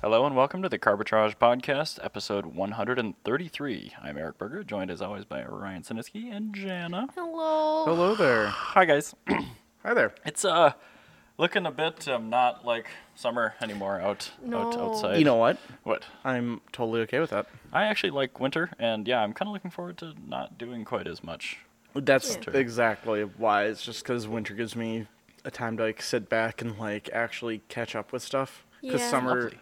Hello and welcome to the Carbitrage Podcast, episode 133. I'm Eric Berger, joined as always by Ryan Siniski and Jana. Hello. Hello there. Hi guys. Hi there. it's uh looking a bit um, not like summer anymore out, out No. outside. You know what? what? I'm totally okay with that. I actually like winter and yeah, I'm kind of looking forward to not doing quite as much. That's Yeah. exactly why. It's just because winter gives me a time to like sit back and like actually catch up with stuff. Because Yeah. summer, Lovely.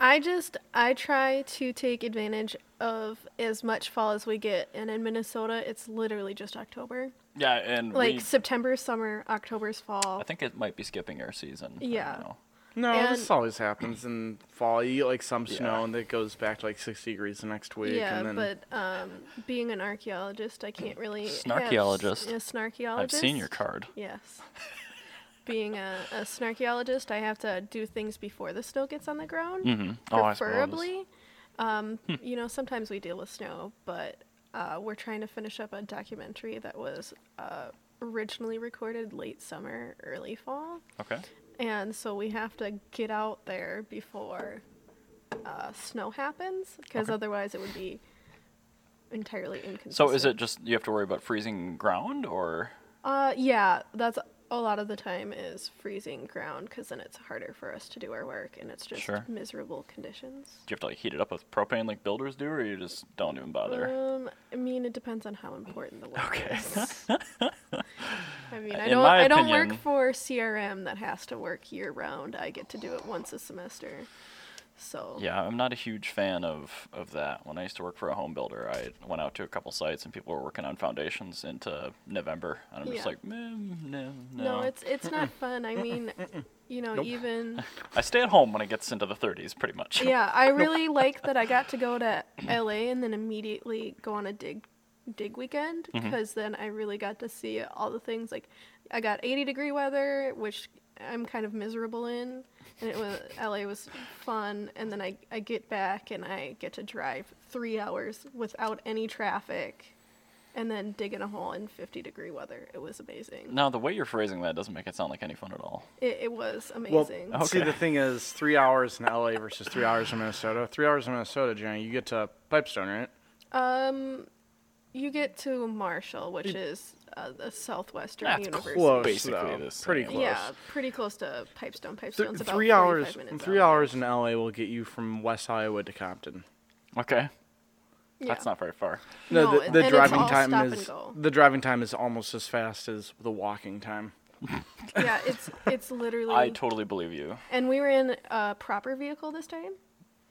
I just I try to take advantage of as much fall as we get, and in Minnesota, it's literally just October. Yeah, and Like we, September's summer, October's fall. I think it might be skipping our season. I don't Yeah. know. no, And- this always happens in fall. You get like some Yeah. snow and it goes back to like 60 degrees the next week. yeah, and then but um, being an archaeologist, I can't really have s- Snarkeologist. A snarkeologist. I've seen your card. Yes. being a, a snarkeologist, I have to do things before the snow gets on the ground. Mhm. Oh, I suppose. Hmm. preferably. um, you know, sometimes we deal with snow, but uh, we're trying to finish up a documentary that was uh, originally recorded late summer, early fall, Okay. and so we have to get out there before uh, snow happens, because Okay. otherwise it would be entirely inconsistent. So is it just you have to worry about freezing ground or Uh, yeah, that's a lot of the time is freezing ground, because then it's harder for us to do our work, and it's just Sure. miserable conditions. Do you have to like heat it up with propane like builders do, or you just don't even bother? Um, I mean, it depends on how important the work Okay. is. I mean, I In don't, my I don't work opinion- for CRM that has to work year round. I get to do it once a semester. So yeah, I'm not a huge fan of of that. When I used to work for a home builder, I went out to a couple sites and people were working on foundations into November, and I'm just Yeah. like, mm, no, no. no, it's it's not fun. I mean, you know, Nope. even I stay at home when it gets into the 30s, pretty much. yeah, I really like that I got to go to LA and then immediately go on a dig dig weekend because then I really got to see all the things like I got 80 degree weather, which I'm kind of miserable in, and it was LA was fun, and then I I get back and I get to drive 3 hours without any traffic and then dig in a hole in 50 degree weather. It was amazing. Now the way you're phrasing that doesn't make it sound like any fun at all. It, it was Well, amazing. see, Okay. the thing is, three hours in LA versus three hours in Minnesota. Three hours in Minnesota, Jenny, you get to Pipestone, right? Um, you get to Marshall, which is uh, the Southwestern That's University. Close, Basically though. the same. Pretty close. Yeah, pretty close to Pipestone. Th- Pipestone's about three hours. 45 minutes Three out. hours in LA will get you from West Iowa to Compton. Okay, Yeah. that's not very far. No, No, the, and- the and it's driving all time stop and is go. the driving time is almost as fast as the walking time. Yeah, it's it's literally. I totally believe you. and we were in a proper vehicle this time.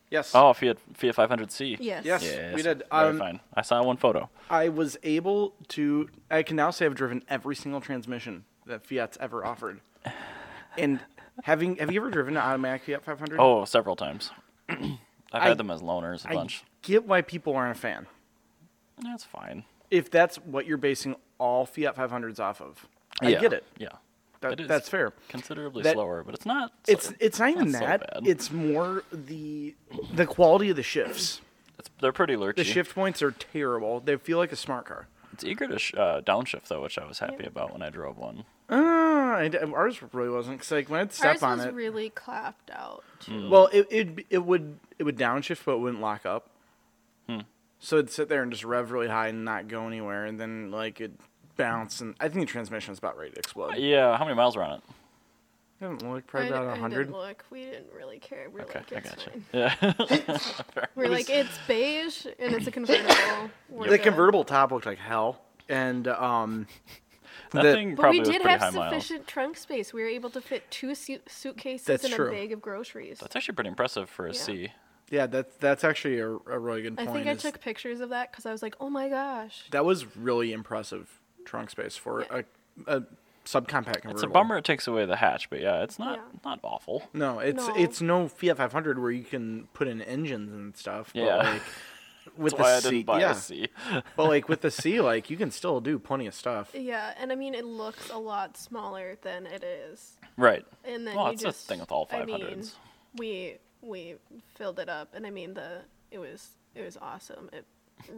Yes. Oh, Fiat Fiat 500C. Yes. Yes. Yes, we did. Very Um, fine. I saw one photo. I was able to. I can now say I've driven every single transmission that Fiat's ever offered. And having, have you ever driven an automatic Fiat 500? Oh, several times. I've I- had them as loaners a I bunch. get why people aren't a fan. That's fine. If that's what you're basing all Fiat 500s off of, I Yeah, get it. Yeah. That- It is that's fair. Considerably That- slower, but it's not. It's slow- it's not even not so that. bad. it's more the the quality of the shifts. It's- they're pretty lurchy. The shift points are terrible. They feel like a smart car. It's eager to sh- uh, downshift though, which I was happy about when I drove one. Uh, I d ours really wasn't because like when I'd step Ours on was it, Hmm. really clapped out. too. well, it it it would it would downshift, but it wouldn't lock up. Hmm. So it'd sit there and just rev really high and not go anywhere, and then like it bounce. And I think the transmission was about ready to explode. It Yeah, how many miles were on it? didn't look I, probably d- about I a hundred. didn't look. We didn't really care. We're Okay, like, I it's gotcha. fine. Yeah, We're like, it's beige and it's a convertible. We're The good. convertible top looked like hell, and um, that The- thing But probably we was did pretty have high miles. sufficient trunk space. We were able to fit two su- suitcases That's and true. a bag of groceries. That's actually pretty impressive for a Yeah. C. yeah, that's that's actually a, a really good I point. think I is took pictures of that because I was like, oh my gosh. that was really impressive trunk space for Yeah. a, a subcompact convertible. It's a bummer it takes away the hatch, but yeah, it's not Yeah. not awful. No, it's No. it's no Fiat 500 where you can put in engines and stuff. But Yeah. like with That's the why I C, didn't buy yeah. a C. but like with the C, like you can still do plenty of stuff. Yeah, and I mean, it looks a lot smaller than it is. Right. And then Well, you it's the just, thing with all I mean, 500s. we we filled it up, and I mean the it was it was awesome. It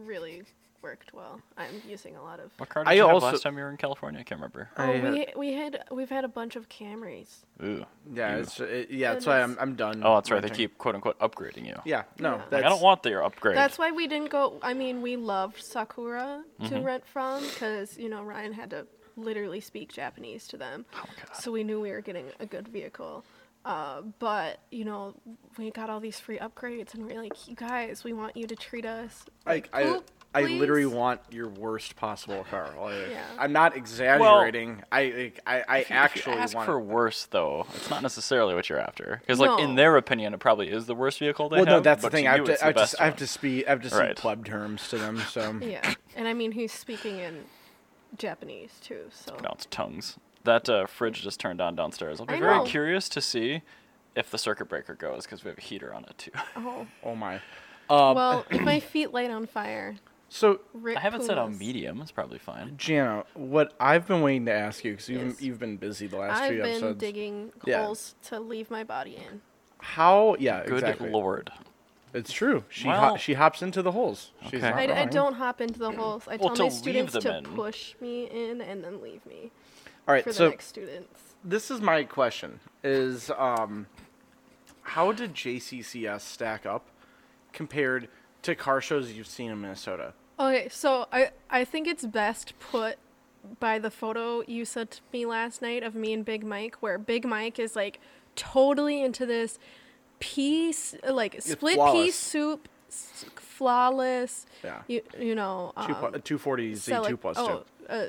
really worked well. I'm using a lot of. What car did I you also- have last time you were in California? I can't remember. I Oh, had- we we had we've had a bunch of Camrys. Ooh. yeah, Ew. it's, it, yeah. It That's why is. I'm I'm done. Mm. Oh, that's right. They renting. keep quote unquote upgrading you. Yeah, no, Yeah. that's Like, I don't want their upgrade. That's why we didn't go. I mean, we loved Sakura Mm-hmm. to rent from because you know Ryan had to literally speak Japanese to them, so we knew we were getting a good vehicle. Uh, but you know, we got all these free upgrades, and we're like, you guys, we want you to treat us. I, I, "Poop, I literally please." want your worst possible car. Like, Yeah. I'm not exaggerating. I like, I, I If you- if actually you ask want. for worse though. It's not necessarily what you're after, because like in No. their opinion, it probably is the worst vehicle they well, have. no, that's the but to thing. I you, have it's to, the I have best to, I have one. to speak. I have to Right. speak pleb terms to them. So Yeah, and I mean, he's speaking in Japanese too, so pronounce tongues. That uh, fridge just turned on downstairs. I'll be I very know. curious to see if the circuit breaker goes because we have a heater on it too. oh oh my. well. if my feet light on fire, So rip Um, I have it set on Pumas. medium. It's probably fine. Gianna, what I've been waiting to ask you because you've Yes. you've been busy the last I've few been episodes. digging Yeah. holes to leave my body in. How? Yeah, Good exactly. lord. It's true. She Well- ho- she hops into the holes. She's Okay. not I, I wrong. don't hop into the holes. I Well, tell to my leave students them to in. push me in and then leave me All right, for so the next students. this is my question is um how did jccs stack up compared to car shows you've seen in minnesota Okay, so I I think it's best put by the photo you sent me last night of me and Big Mike, where Big Mike is like totally into this piece, like split flawless. pea soup, s- flawless. Yeah. You you know. Two Um, plu- 240z sell 2 it- plus oh, 2 uh,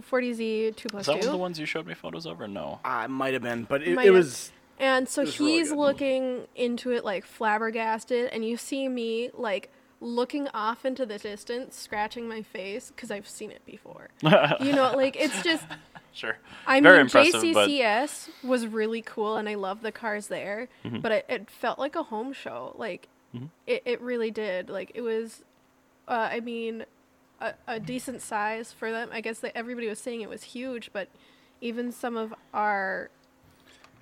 240Z, 2 Is plus that 2. one of the ones you showed me photos of or no? Ah, it might have been but it, Might it have- was And so was really he's good. looking into it like flabbergasted, and you see me like looking off into the distance, scratching my face because I've seen it before. you know, like it's just. Sure. I Very mean, impressive, but Mm-hmm. JCCS was really cool, and I love the cars there. But it, it felt like a home show. Like it, it really did. Like it was, uh, I mean, a, a decent size for them. I guess that everybody was saying it was huge, but even some of our,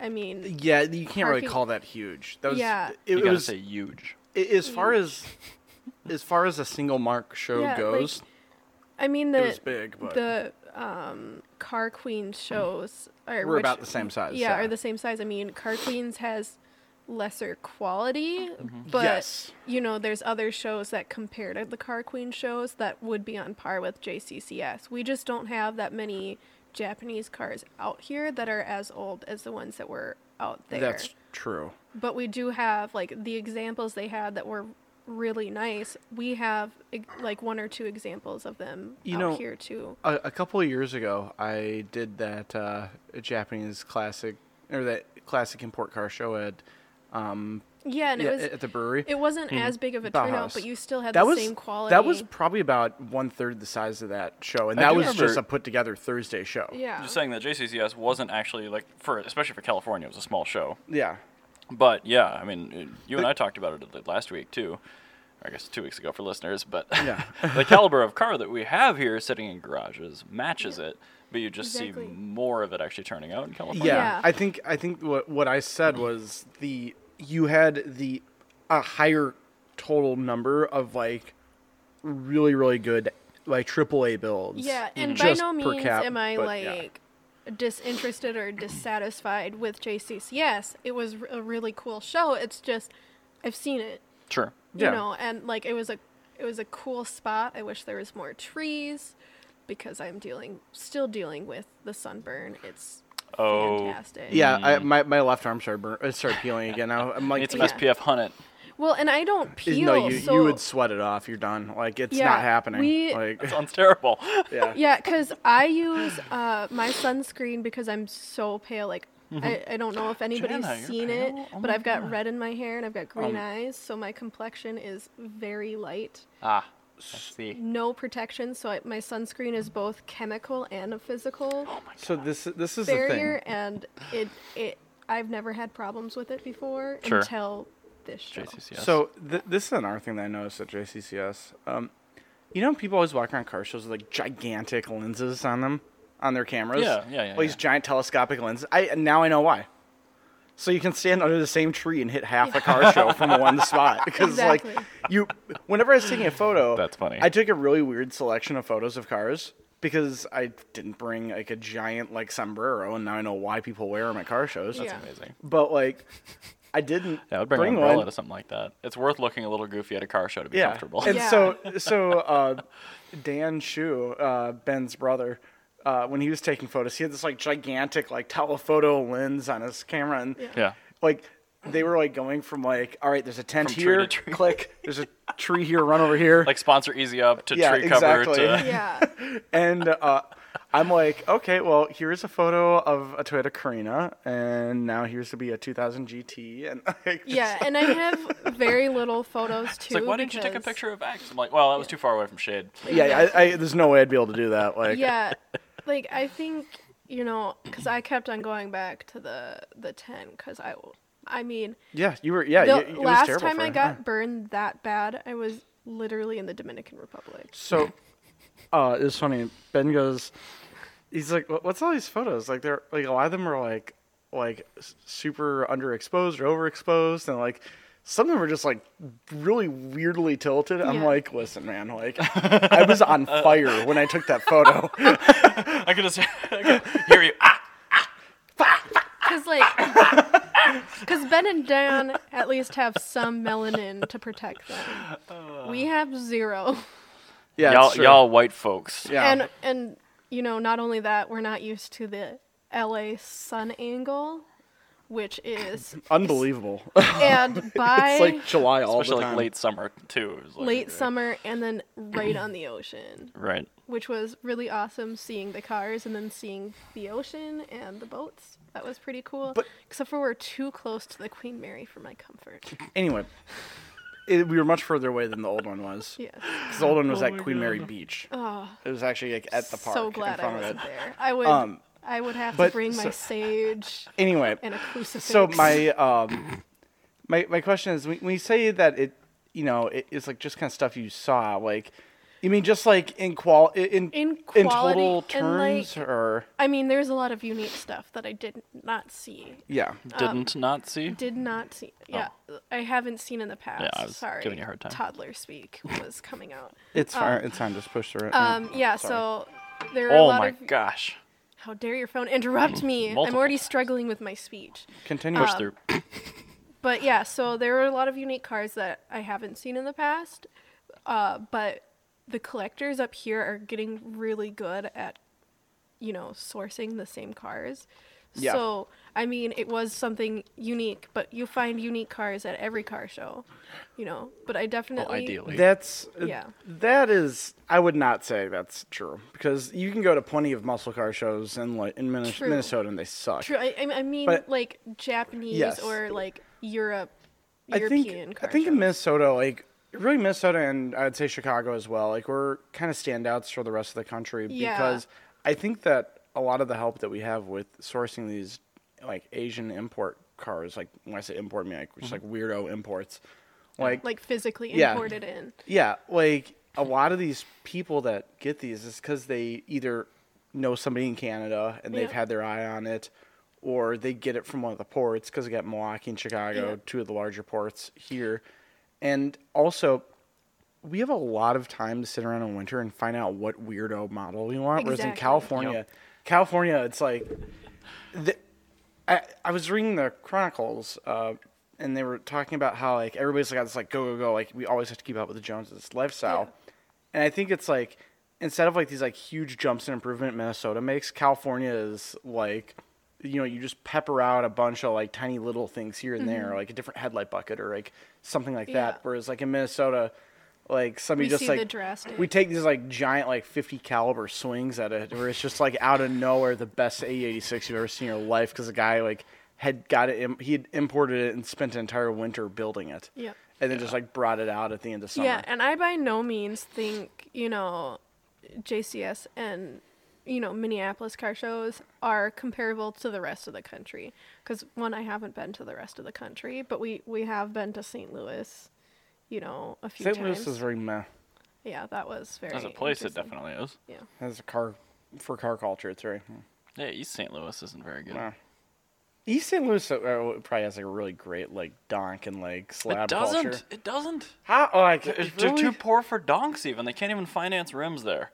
I mean, yeah you can't really Parking- call that huge that was Yeah. it, you it gotta was say huge. i- as far as as far as a single mark show Yeah, like, goes I mean the it was big but the um, Car Queen shows are we're which- about the same size Yeah, are the same size. I mean, Car Queens has lesser quality, but Mm-hmm. Yes. you know, there's other shows that compare to the Car Queen shows that would be on par with JCCS. We just don't have that many Japanese cars out here that are as old as the ones that were out there. that's true But we do have like the examples they had that were really nice. We have ex- like one or two examples of them You out know, here too. a, a couple of years ago, I did that uh, Japanese classic or that classic import car show at um, Yeah, and yeah, it was at the brewery. it wasn't as big of a turnout, Bauhaus. but you still had that the was same quality. that was probably about one third the size of that show, and I that do was just remember- a put together Thursday show. yeah. Just saying that JCCS wasn't actually like for especially for California, it was a small show. yeah. But yeah, I mean, it- you and I talked about it a little last week too. or I guess two weeks ago for listeners, but Yeah. the caliber of car that we have here sitting in garages matches it, but you just Exactly. see more of it actually turning out in yeah, California. Yeah. I think I think what what I said was the you had the a higher total number of like really really good like AAA builds. Yeah, and just by no per means cap, am I but yeah. like disinterested or dissatisfied with JCCS. It was r- a really cool show. It's just I've seen it, Sure. you Yeah. know, and like it was a it was a cool spot. I wish there was more trees because I'm dealing still dealing with the sunburn. It's Oh. fantastic. Yeah, I, my, my left arm started burn, it started peeling again. I, I'm like, Need some Yeah. SPF hunted. Well, and I don't peel. no, you so you would sweat it off. You're done. Like it's Yeah, not happening. we- like Sounds terrible. yeah, Yeah, because I use uh, my sunscreen because I'm so pale. Like, I, I don't know if anybody's Jenna, Mm-hmm. you're seen it, pale? Oh but my Oh, I've got red in my hair and I've got green Um, eyes, so my complexion is very light. ah, let's see. No protection, so I, my sunscreen is both chemical and a physical So this this is barrier, and it it I've never had problems with it before Sure. until this show. the JCCS. thing. So th- this is another thing that I noticed at JCCS. Um, you know, people always walk around car shows with like gigantic lenses on them on their cameras. Yeah, yeah, yeah, Like these yeah. giant telescopic lenses. I now I know why. So you can stand under the same tree and hit half a car show from one spot because like Exactly. you. Whenever I was taking a photo, That's funny. I took a really weird selection of photos of cars because I didn't bring like a giant like sombrero, and now I know why people wear them at car shows. Yeah. Amazing. But like, I didn't Yeah, I would bring, bring an umbrella one. to something like that. It's worth looking a little goofy at a car show to be yeah. comfortable. And Yeah. so so uh, Dan Shu, uh, Ben's brother, uh, when he was taking photos, he had this like gigantic like telephoto lens on his camera, and Yeah. yeah. like they were like going from like all right, there's a tent From tree here, to tree. click, there's a tree here, run over here, Like sponsor Easy Up to Yeah, tree cover exactly. to Yeah. and uh, I'm like, okay, well here's a photo of a Toyota Carina, and now here's to be a 2000 GT, and like, Yeah, and I have very little photos too. It's like, why didn't you take a because- picture of X? I'm like, well, that was too far away from shade. yeah, yeah, I, I, there's no way I'd be able to do that. Like, Yeah, like I think you know, because I kept on going back to the the ten, because I, I mean, yeah, you were, yeah, the you, it was last terrible time for I her. got burned that bad, I was literally in the Dominican Republic. So, uh, it's funny. Ben goes, he's like, "What- "What's all these photos? Like, they're like a lot of them are like, like s- super underexposed or overexposed, and like some of them are just like really weirdly tilted." I'm Yeah. like, "Listen, man, like I was on fire when I took that photo." I could just I could hear you. Ah! Because like, because Ben and Dan at least have some melanin to protect them. Oh. We have zero, yeah, it's y'all, true. y'all white folks. yeah, and and you know, not only that, we're not used to the L.A. sun angle, which is unbelievable. and by it's like July all Especially the like time. late summer too. It was like- late summer and then right on the ocean, Right. which was really awesome seeing the cars and then seeing the ocean and the boats. That was pretty cool. But- Except for we're too close to the Queen Mary for my comfort. Anyway, it, we were much further away than the old one was. Yes. 'Cause the old Oh one was at Queen Mary Beach. it was actually like at the park. Ah. so glad in I front wasn't of it. there. I would Um, I would have to but bring so- my sage Anyway, and a crucifix. so my um, my my question is, when when you say that it, you know, it, it's like just kind of stuff you saw, like, you mean just like in qual in In in quality total and, terms, like- or I mean there's a lot of unique stuff that I did not see. yeah, uh, Didn't not see. um, Did not see. Oh. Yeah, I haven't seen in the past. Yeah, I was Sorry. giving you a hard time. Toddler speak was coming out. it's fine. it's time to just push through it. Oh, Um, yeah, so there are a Oh lot my of. gosh. How dare your phone interrupt me? I'm Multiple already times. struggling with my speech. Continue. Push through. But yeah, so there were a lot of unique cars that I haven't seen in the past. Uh, but the collectors up here are getting really good at, you know, sourcing the same cars. Yeah. So, I mean, it was something unique, but you find unique cars at every car show, you know. But I definitely. ideally. That's um, uh, Yeah. That is, I would not say that's true because you can go to plenty of muscle car shows in like in Minnes- True. Minnesota and they suck. True. I, I I mean, But- like Japanese Yes. or like Europe, I European think, car I think in shows. Minnesota, like really Minnesota and I'd say Chicago as well, like we're kind of standouts for the rest of the country Yeah. because I think that a lot of the help that we have with sourcing these like Asian import cars, like when I say import, I mean like Mm-hmm. just like weirdo imports, like like physically Yeah. imported in. yeah, like a lot of these people that get these is because they either know somebody in Canada and they've Yeah. had their eye on it, or they get it from one of the ports because we got Milwaukee and Chicago, Yeah. two of the larger ports here. And also, we have a lot of time to sit around in winter and find out what weirdo model we want. Whereas in Exactly. California, California, it's like I, I was reading the Chronicles, uh, and they were talking about how like everybody's like, it's like go go go, like we always have to keep up with the Joneses lifestyle, and I think it's like instead of like these like huge jumps in improvement Minnesota makes, California is like, you know, you just pepper out a bunch of like tiny little things here and there, like a different headlight bucket or like something like Mm-hmm. Yeah. that. Whereas like in Minnesota. Like somebody We just see like the drastic. we take these like giant like 50 caliber swings at it where it's just like out of nowhere the best A86 you've ever seen in your life because the guy like had got it im- he had imported it and spent an entire winter building it. Yep. And then just like brought it out at the end of summer. Yeah, and I by no means think, you know, JCS and, you know, Minneapolis car shows are comparable to the rest of the country. Because, one, I haven't been to the rest of the country, but we, we have been to St. Louis, you know, a few St. times. Louis is very meh. yeah, that was very. As a place, it interesting. definitely is. Yeah. As a car for car culture, it's very Yeah, East St. Louis isn't very good. meh. East St. Louis uh, uh, probably has like a really great like donk and like slab it doesn't. culture. It doesn't. How? Oh, like, They're- They're really? too poor for donks. Even they can't even finance rims there.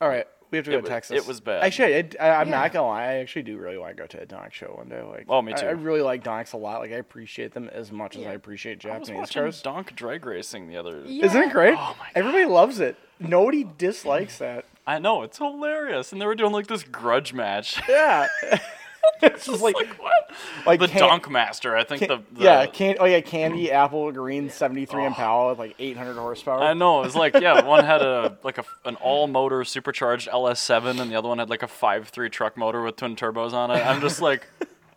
All right, we have to It go to wa- Texas. it was bad. Actually, I, I, I'm Yeah. not gonna lie. I actually do really want to go to a Donk show one day. Like, Oh, me I- I, too. really like Donks a lot. Like, I appreciate them as much as Yeah. I appreciate I was Japanese watching cars. donk drag racing the other. Yeah. Isn't it great? Oh my God. Everybody loves it. Nobody dislikes that. I know it's hilarious, and they were doing like this grudge match. Yeah. it's just like, like what? like the can- Donk Master, I think can- the, the yeah, can oh yeah, candy apple green seventy three Oh. Impala with like eight hundred horsepower. I know. It was like yeah, one had a like a an all motor supercharged LS7, and the other one had like a 5.3 truck motor with twin turbos on it. I'm just like,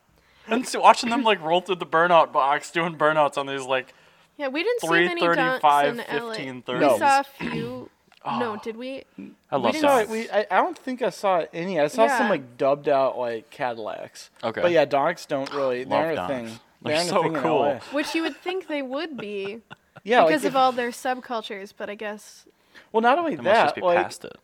and so watching them like roll through the burnout box doing burnouts on these like Yeah, we didn't see many dunks 335, in LA. 1530s. No. We saw a few. No, did we? I We love We didn't saw Donk. it. We, I, I don't think I saw any. I saw some Yeah. like dubbed out like Cadillacs. Okay. But yeah, Donks don't really. Love They're a Donks. thing. They're aren't a so thing in cool. LA. Which you would think they would be Yeah, because of like, if- all their subcultures, but I guess Well, not only It must just that, be like, past it.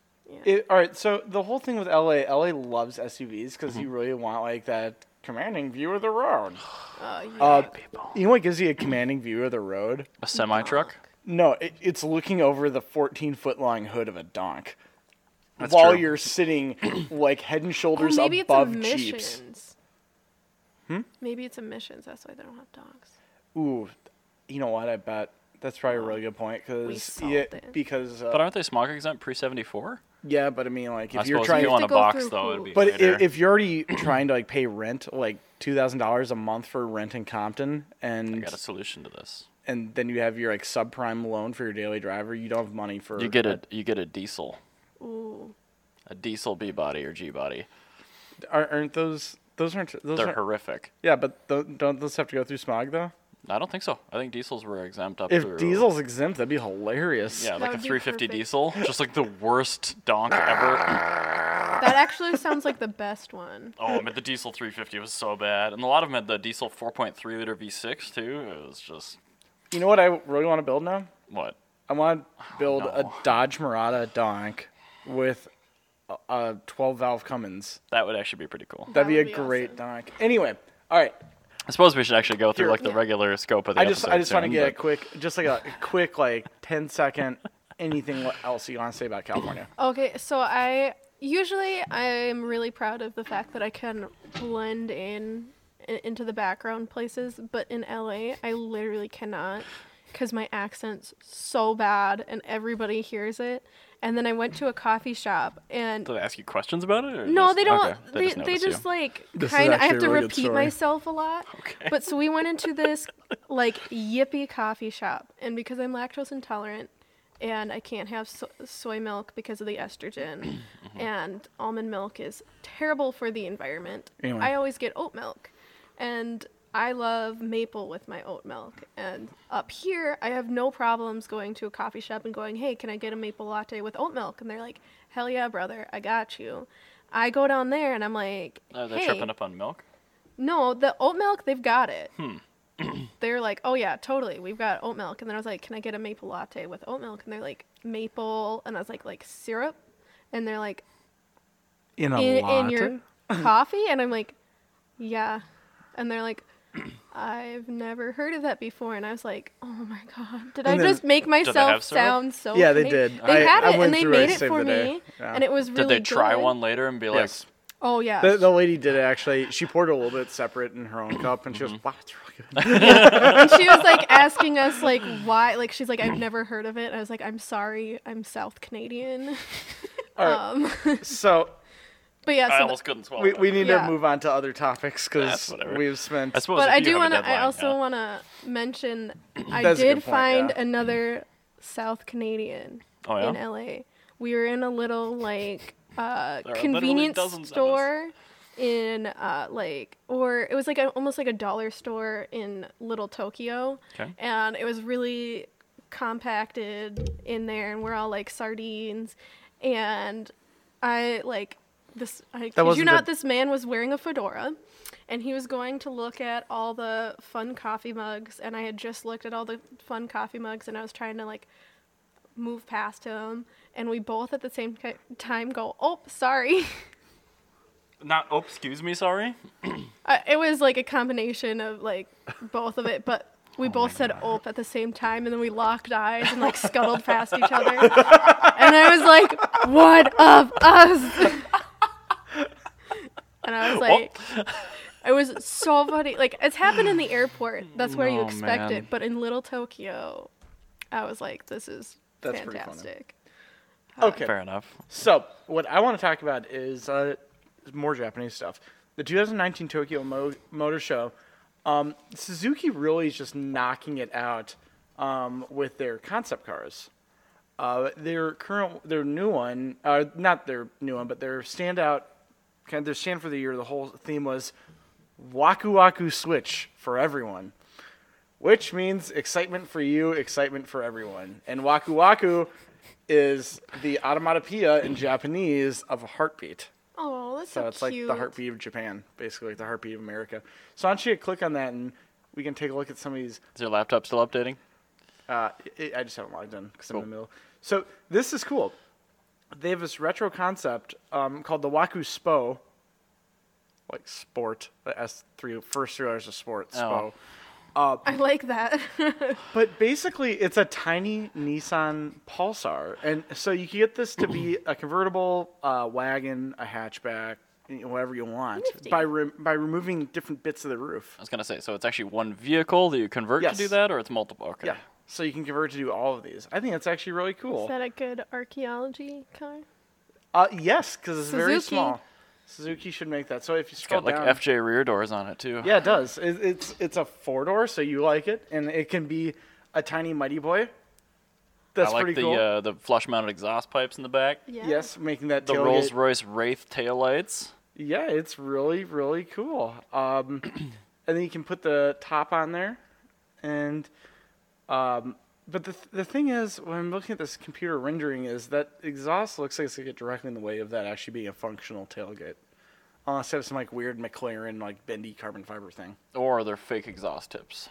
it, all right. So the whole thing with LA, LA loves SUVs because Mm-hmm. you really want like that commanding view of the road. uh, yeah. Uh, People. you know what gives you a commanding view of the road? A semi truck. No, it, it's looking over the 14 foot long hood of a donk. That's while true. you're sitting like head and Well, shoulders maybe it's above emissions. jeeps. Hmm? Maybe it's emissions. That's why they don't have dogs. Ooh, you know what? I bet that's probably a really good point We because solved yeah, it. because uh, But aren't they smog exempt pre 74? yeah, but I mean like I if you're suppose trying if to you want to a go box through though, who- it'd be But later. if, if you're already trying to like pay rent, like two thousand dollars a month for rent in Compton, I and got a solution to this. and then you have your like subprime loan for your daily driver, you don't have money for. You get a you get a diesel, Ooh, a diesel B body or G body. Aren't aren't those those aren't those? They're aren't- horrific. yeah, but th- don't those have to go through smog though? I don't think so. I think diesels were exempt up If through. diesel's exempt, that'd be hilarious. Yeah, That like a would be 350 perfect. diesel, just like the worst donk ever. that actually sounds like the best one. Oh, I mean the diesel 350 was so bad, and a lot of them had the diesel 4.3 liter V6 too. It was just You know what I really want to build now? what? I want to build a no. Dodge Murata Donk with a- a 12 valve Cummins. That would actually be pretty cool. That That'd be a would be great awesome. Donk. Anyway, all right. I suppose we should actually go through Here. like the Yeah. regular scope of the I just I episode just want to soon, get a but- quick, just like a quick like 10 second. Anything else you want to say about California? Okay, so I usually I'm really proud of the fact that I can blend in i- into the background places, but in LA I literally cannot because my accent's so bad and everybody hears it. And then I went to a coffee shop and Do they ask you questions about it? Or no, just- they don't. okay, They, they notice just, you. like This is kind of. I actually have a to really good repeat story. myself a lot. Okay. But so we went into this like yippie coffee shop, and because I'm lactose intolerant, and I can't have so- soy milk because of the estrogen, Uh-huh. and almond milk is terrible for the environment. Anyway. I always get oat milk, and I love maple with my oat milk. And up here, I have no problems going to a coffee shop and going, "Hey, can I get a maple latte with oat milk?" And they're like, "Hell yeah, brother, I got you." I go down there and I'm like, Are they hey, Oh, tripping up on milk? no, the oat milk, they've got it. Hmm. they're like, oh yeah, totally, we've got oat milk. And then I was like, can I get a maple latte with oat milk? And they're like, maple. And I was like, like syrup. And they're like, In a in, latte? in your coffee? And I'm like, yeah. And they're like, I've never heard of that before. And I was like, oh my God, did And I then- just make have syrup? myself sound so Yeah, they Cana- did. They I- had I it went and they through, I made it saved for the day. me. Yeah. And it was really Did they try good. one later and be like, Yes. Oh, yeah. The, the lady did it actually. She poured a little bit separate in her own cup, and she Mm-hmm. goes, "Wow, it's really good." and she was like asking us like why like she's like i've never heard of it and i was like i'm sorry i'm south canadian All right. um so but yeah I so almost couldn't swallow we, that. we need Yeah. to move on to other topics That's because whatever. we've spent. I suppose but if i you do have a want to deadline, i also yeah. want to mention i That's a good did point, find yeah. another south canadian Oh, yeah? in la we were in a little like There are uh literally convenience dozens of us. store in uh like or it was like a, almost like a dollar store in little tokyo Okay. and it was really compacted in there and we're all like sardines and i like this i kid you wasn't not the- this man was wearing a fedora and he was going to look at all the fun coffee mugs and i had just looked at all the fun coffee mugs and i was trying to like move past him and we both at the same ki- time go oh sorry Not, oh, excuse me, sorry. I, it was like a combination of like both of it, but we both said "op" at the same time, and then we locked eyes and like scuttled past each other. And I was like, "One of us." and I was like, "It was so funny. Like it's happened in the airport. That's where you Oh, expect man. it, but in Little Tokyo, I was like, "This is That's pretty funny. fantastic." Okay. Fair enough. So, what I want to talk about is uh, more Japanese stuff. The 2019 Tokyo Mo- Motor Show, um, Suzuki really is just knocking it out um, with their concept cars. Uh, their current, their new one, uh, not their new one, but their standout, kind of their stand for the year. The whole theme was Waku Waku Switch for everyone, which means excitement for you, excitement for everyone. And Waku Waku is the automatopoeia in Japanese of a heartbeat. Oh, that's so, So it's like cute. the heartbeat of Japan, basically, like the heartbeat of America. So why don't you click on that and we can take a look at some of these. Is your laptop still updating? Uh, i I just haven't logged in because I'm in the middle. So this is cool. They have this retro concept um, called the Waku Spo, like sport, the S three first three letters of sport, Spo. Oh. I like that. But basically, it's a tiny Nissan Pulsar, and so you can get this to be a convertible, uh, wagon, a hatchback, you know, whatever you want, Nifty. by re- by removing different bits of the roof. I was gonna say, so it's actually one vehicle that you convert Yes. to do that, or it's multiple. Okay. Yeah, so you can convert to do all of these. I think that's actually really Is cool. that a good archaeology car? Uh, yes, because it's very Suzuki. small. Suzuki should make that. So if you It's scroll got like down, FJ rear doors on it too. yeah, it does. It, it's it's a four door, so you like it, and it can be a tiny mighty boy. That's I like pretty the cool. uh, the flush mounted exhaust pipes in the back. Yeah. Yes, making that The tailgate- Rolls Royce Wraith taillights. Yeah, it's really, really cool. Um, and then you can put the top on there, and um, but the the thing is, when I'm looking at this computer rendering, is that exhaust looks like it's gonna get directly in the way of that actually being a functional tailgate, unless they have some like weird McLaren like bendy carbon fiber thing, Or they're fake exhaust tips,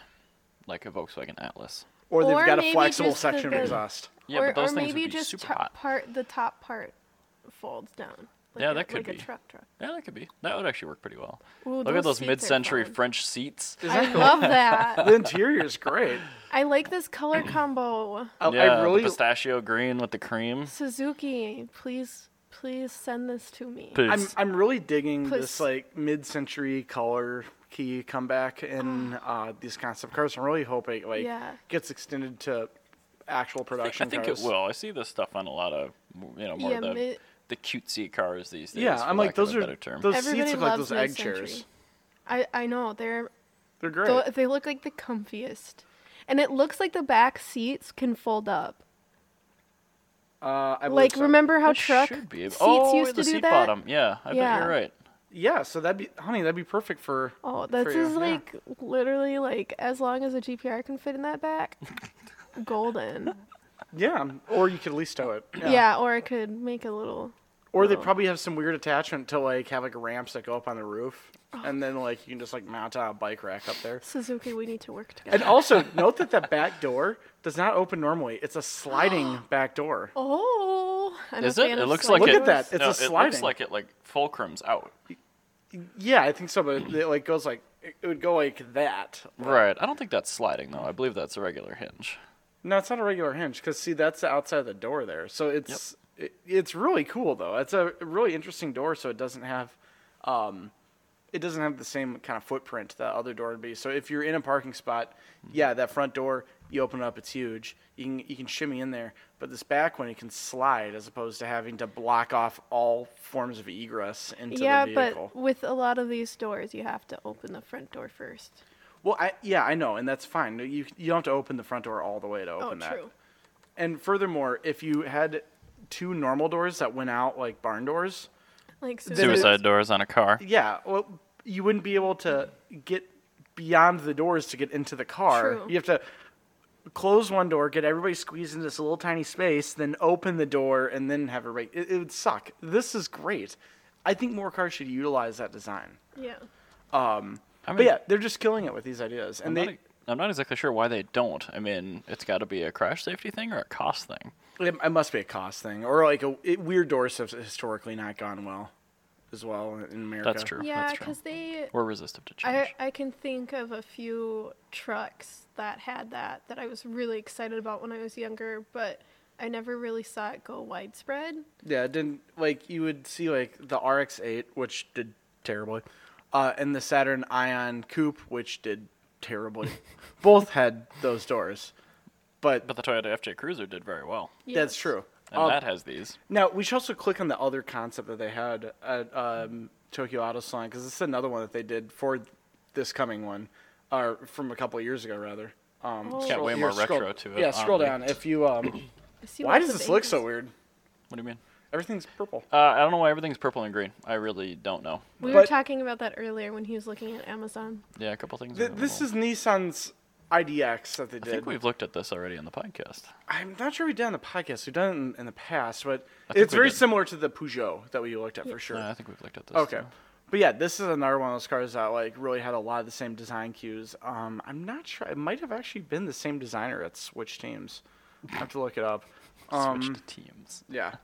like a Volkswagen Atlas. or they've Or got a maybe flexible just the section of bed. exhaust. Yeah, or, but those or things maybe would be just super top hot. part the top part folds down. Like Yeah, a, that could like be. A truck truck. Yeah, that could be. That would actually work pretty well. Ooh, Look those at those seats are mid-century fun. French seats. Is that I cool? love that. the interior is great. I like this color combo. I, yeah, I the really. pistachio green with the cream. Suzuki, please, please send this to me. I'm Please. I'm really digging this Puss. like mid-century color key comeback in uh, these concept cars. I'm really hoping like Yeah. gets extended to actual I production. think, I think it cars. will. I see this stuff on a lot of, you know, more Yeah, of the, mid- the cutesy cars these days. Yeah, for lack I'm like of those a are better term. those Everybody seats look like loves those egg mid-century. chairs. I I know they're They're great. tho- they look like the comfiest, and it looks like the back seats can fold up. uh, I believe Like so. remember how That truck should be. seats oh, used the to do seat that? bottom. Yeah, I bet Yeah. you're right. Yeah, so that'd be honey, that'd be perfect for. Oh, for this you, is yeah. like literally like as long as a GPR can fit in that back, golden. Yeah, or you could at least tow it. Yeah. Oh. or I could make a little. Or they probably have some weird attachment to like have like ramps that go up on the roof, Oh. and then like you can just like mount on a bike rack up there. Suzuki, we need to work together. And also note that the back door does not open normally. It's a sliding back door. Oh, I'm Is a it? fan It of looks sliding like Look it, at that. doors. It's no, a It sliding. looks like it like fulcrums out. Yeah, I think so, but it like goes like it it would go like that. Right. I don't think that's sliding though. I believe that's a regular hinge. No, it's not a regular hinge because see that's the outside of the door there. So it's it, it's really cool though. It's a really interesting door, so it doesn't have um it doesn't have the same kind of footprint that other door would be. So if you're in a parking spot, yeah, that front door you open it up, it's huge. You can you can shimmy in there, but this back one it can slide as opposed to having to block off all forms of egress into Yeah, the vehicle. but with a lot of these doors, you have to open the front door first. Well, I, yeah, I know, and that's fine. You you don't have to open the front door all the way to open that. Oh, true. And furthermore, if you had two normal doors that went out like barn doors, Like Then it- Suicide doors on a car. yeah, well, you wouldn't be able to get beyond the doors to get into the car. True. You have to close one door, get everybody squeezed into this little tiny space, then open the door, and then have everybody. It, it would suck. This is great. I think more cars should utilize that design. Yeah. I mean, But yeah, they're just killing it with these ideas, and I'm, they. not, e, I'm not exactly sure why they don't. I mean, it's got to be a crash safety thing or a cost thing. It, it must be a cost thing, or like a it, weird doors have historically not gone well. as well in- in America. That's true. Yeah, That's true. because they We're resistive to change. I, I can think of a few trucks that had that that I was really excited about when I was younger, but I never really saw it go widespread. Yeah, it didn't like you would see like the RX-8, which did terribly, uh, and the Saturn Ion Coupe, which did terribly. Both had those doors, but, but the Toyota FJ Cruiser did very well, that's Yes. true. and Um, that has these. Now we should also click on the other concept that they had at um, Tokyo Auto Salon because this is another one that they did for this coming one, or from a couple of years ago rather. Um, Oh. It's got scroll- way here, more retro scroll- to it, Yeah, scroll oddly. down. If you, um, I see why lots does of this look so angles. weird? What do you mean? Everything's purple. Uh, I don't know why everything's purple and green. I really don't know. We were But- talking about that earlier when he was looking at Amazon. Yeah, a couple things. Th- are a this little- is Nissan's IDX that they I did. think we've looked at this already in the podcast. I'm not sure we've done the podcast. We've done it in, in the past, but I think it's we very did. similar to the Peugeot that we looked at for sure. No, I think we've looked at this. okay. too. But yeah, this is another one of those cars that like really had a lot of the same design cues. Um, I'm not sure. It might have actually been the same designer at Switch Teams. I have to look it up. Um, Switched teams. yeah.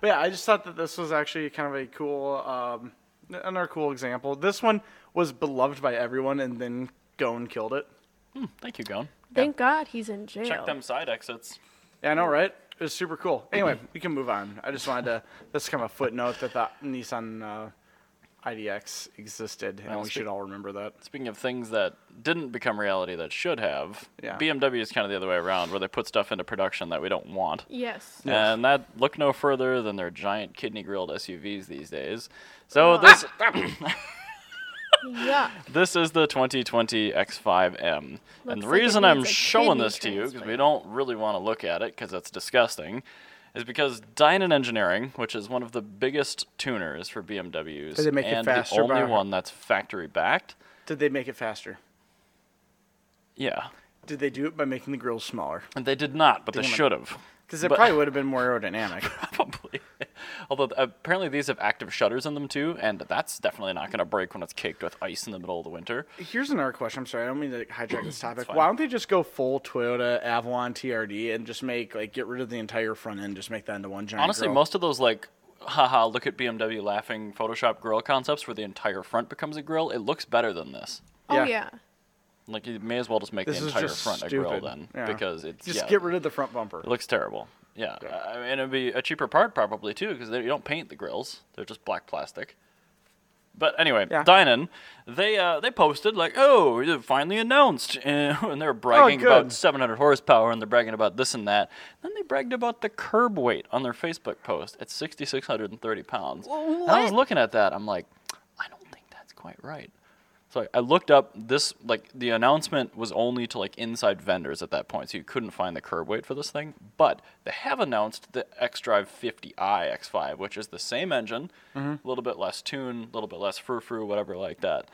But yeah, I just thought that this was actually kind of a cool, um, another cool example. This one was beloved by everyone, and then Gone killed it. Hmm, Thank you, Gone. Thank God he's in jail. Check them side exits. Yeah, I know, right? It was super cool. Anyway, we can move on. I just wanted to. That's kind of a footnote that the Nissan uh, IDX existed, and Well, we spe- should all remember that. Speaking of things that didn't become reality that should have, Yeah. BMW is kind of the other way around, where they put stuff into production that we don't want. Yes. Yeah. And that look no further than their giant kidney grilled SUVs these days. So this Yuck. this is the 2020 X5M. and Looks the like it reason I'm needs a showing kidney this to you, because we transplant. don't really want to look at it, because it's disgusting, is because Dynan Engineering, which is one of the biggest tuners for BMWs, Did they make it and faster the only by- one that's factory backed. Did they make it faster? Yeah. Did they do it by making the grills smaller? And they did not, but they Damn it. should have. Because it But- probably would have been more aerodynamic. Probably. Although apparently these have active shutters in them too, and that's definitely not going to break when it's caked with ice in the middle of the winter. Here's another question. I'm sorry, I don't mean to hijack this topic. fine. Why don't they just go full Toyota Avalon TRD and just make like get rid of the entire front end, just make that into one giant? Honestly, grill? most of those like haha look at BMW laughing Photoshop grill concepts where the entire front becomes a grill, it looks better than this. Oh Yeah. yeah. Like you may as well just make This the is entire just front a grill stupid. then Yeah. because it's just yeah, get rid of the front bumper. it looks terrible. Yeah. I mean it'd be a cheaper part probably too because you don't paint the grills. They're just black plastic. But anyway, Yeah. Dynan, they uh, they posted like, oh, we finally announced, and they're bragging about good. 700 horsepower, and they're bragging about this and that. Then they bragged about the curb weight on their Facebook post at 6,630 pounds. And I was what? looking at that, I'm like, I don't think that's quite right. So I, I looked up this, like the announcement was only to like inside vendors at that point, so you couldn't find the curb weight for this thing. But they have announced the xDrive 50i X5, which is the same engine, Mm-hmm. a little bit less tune, a little bit less frou-frou, whatever like that.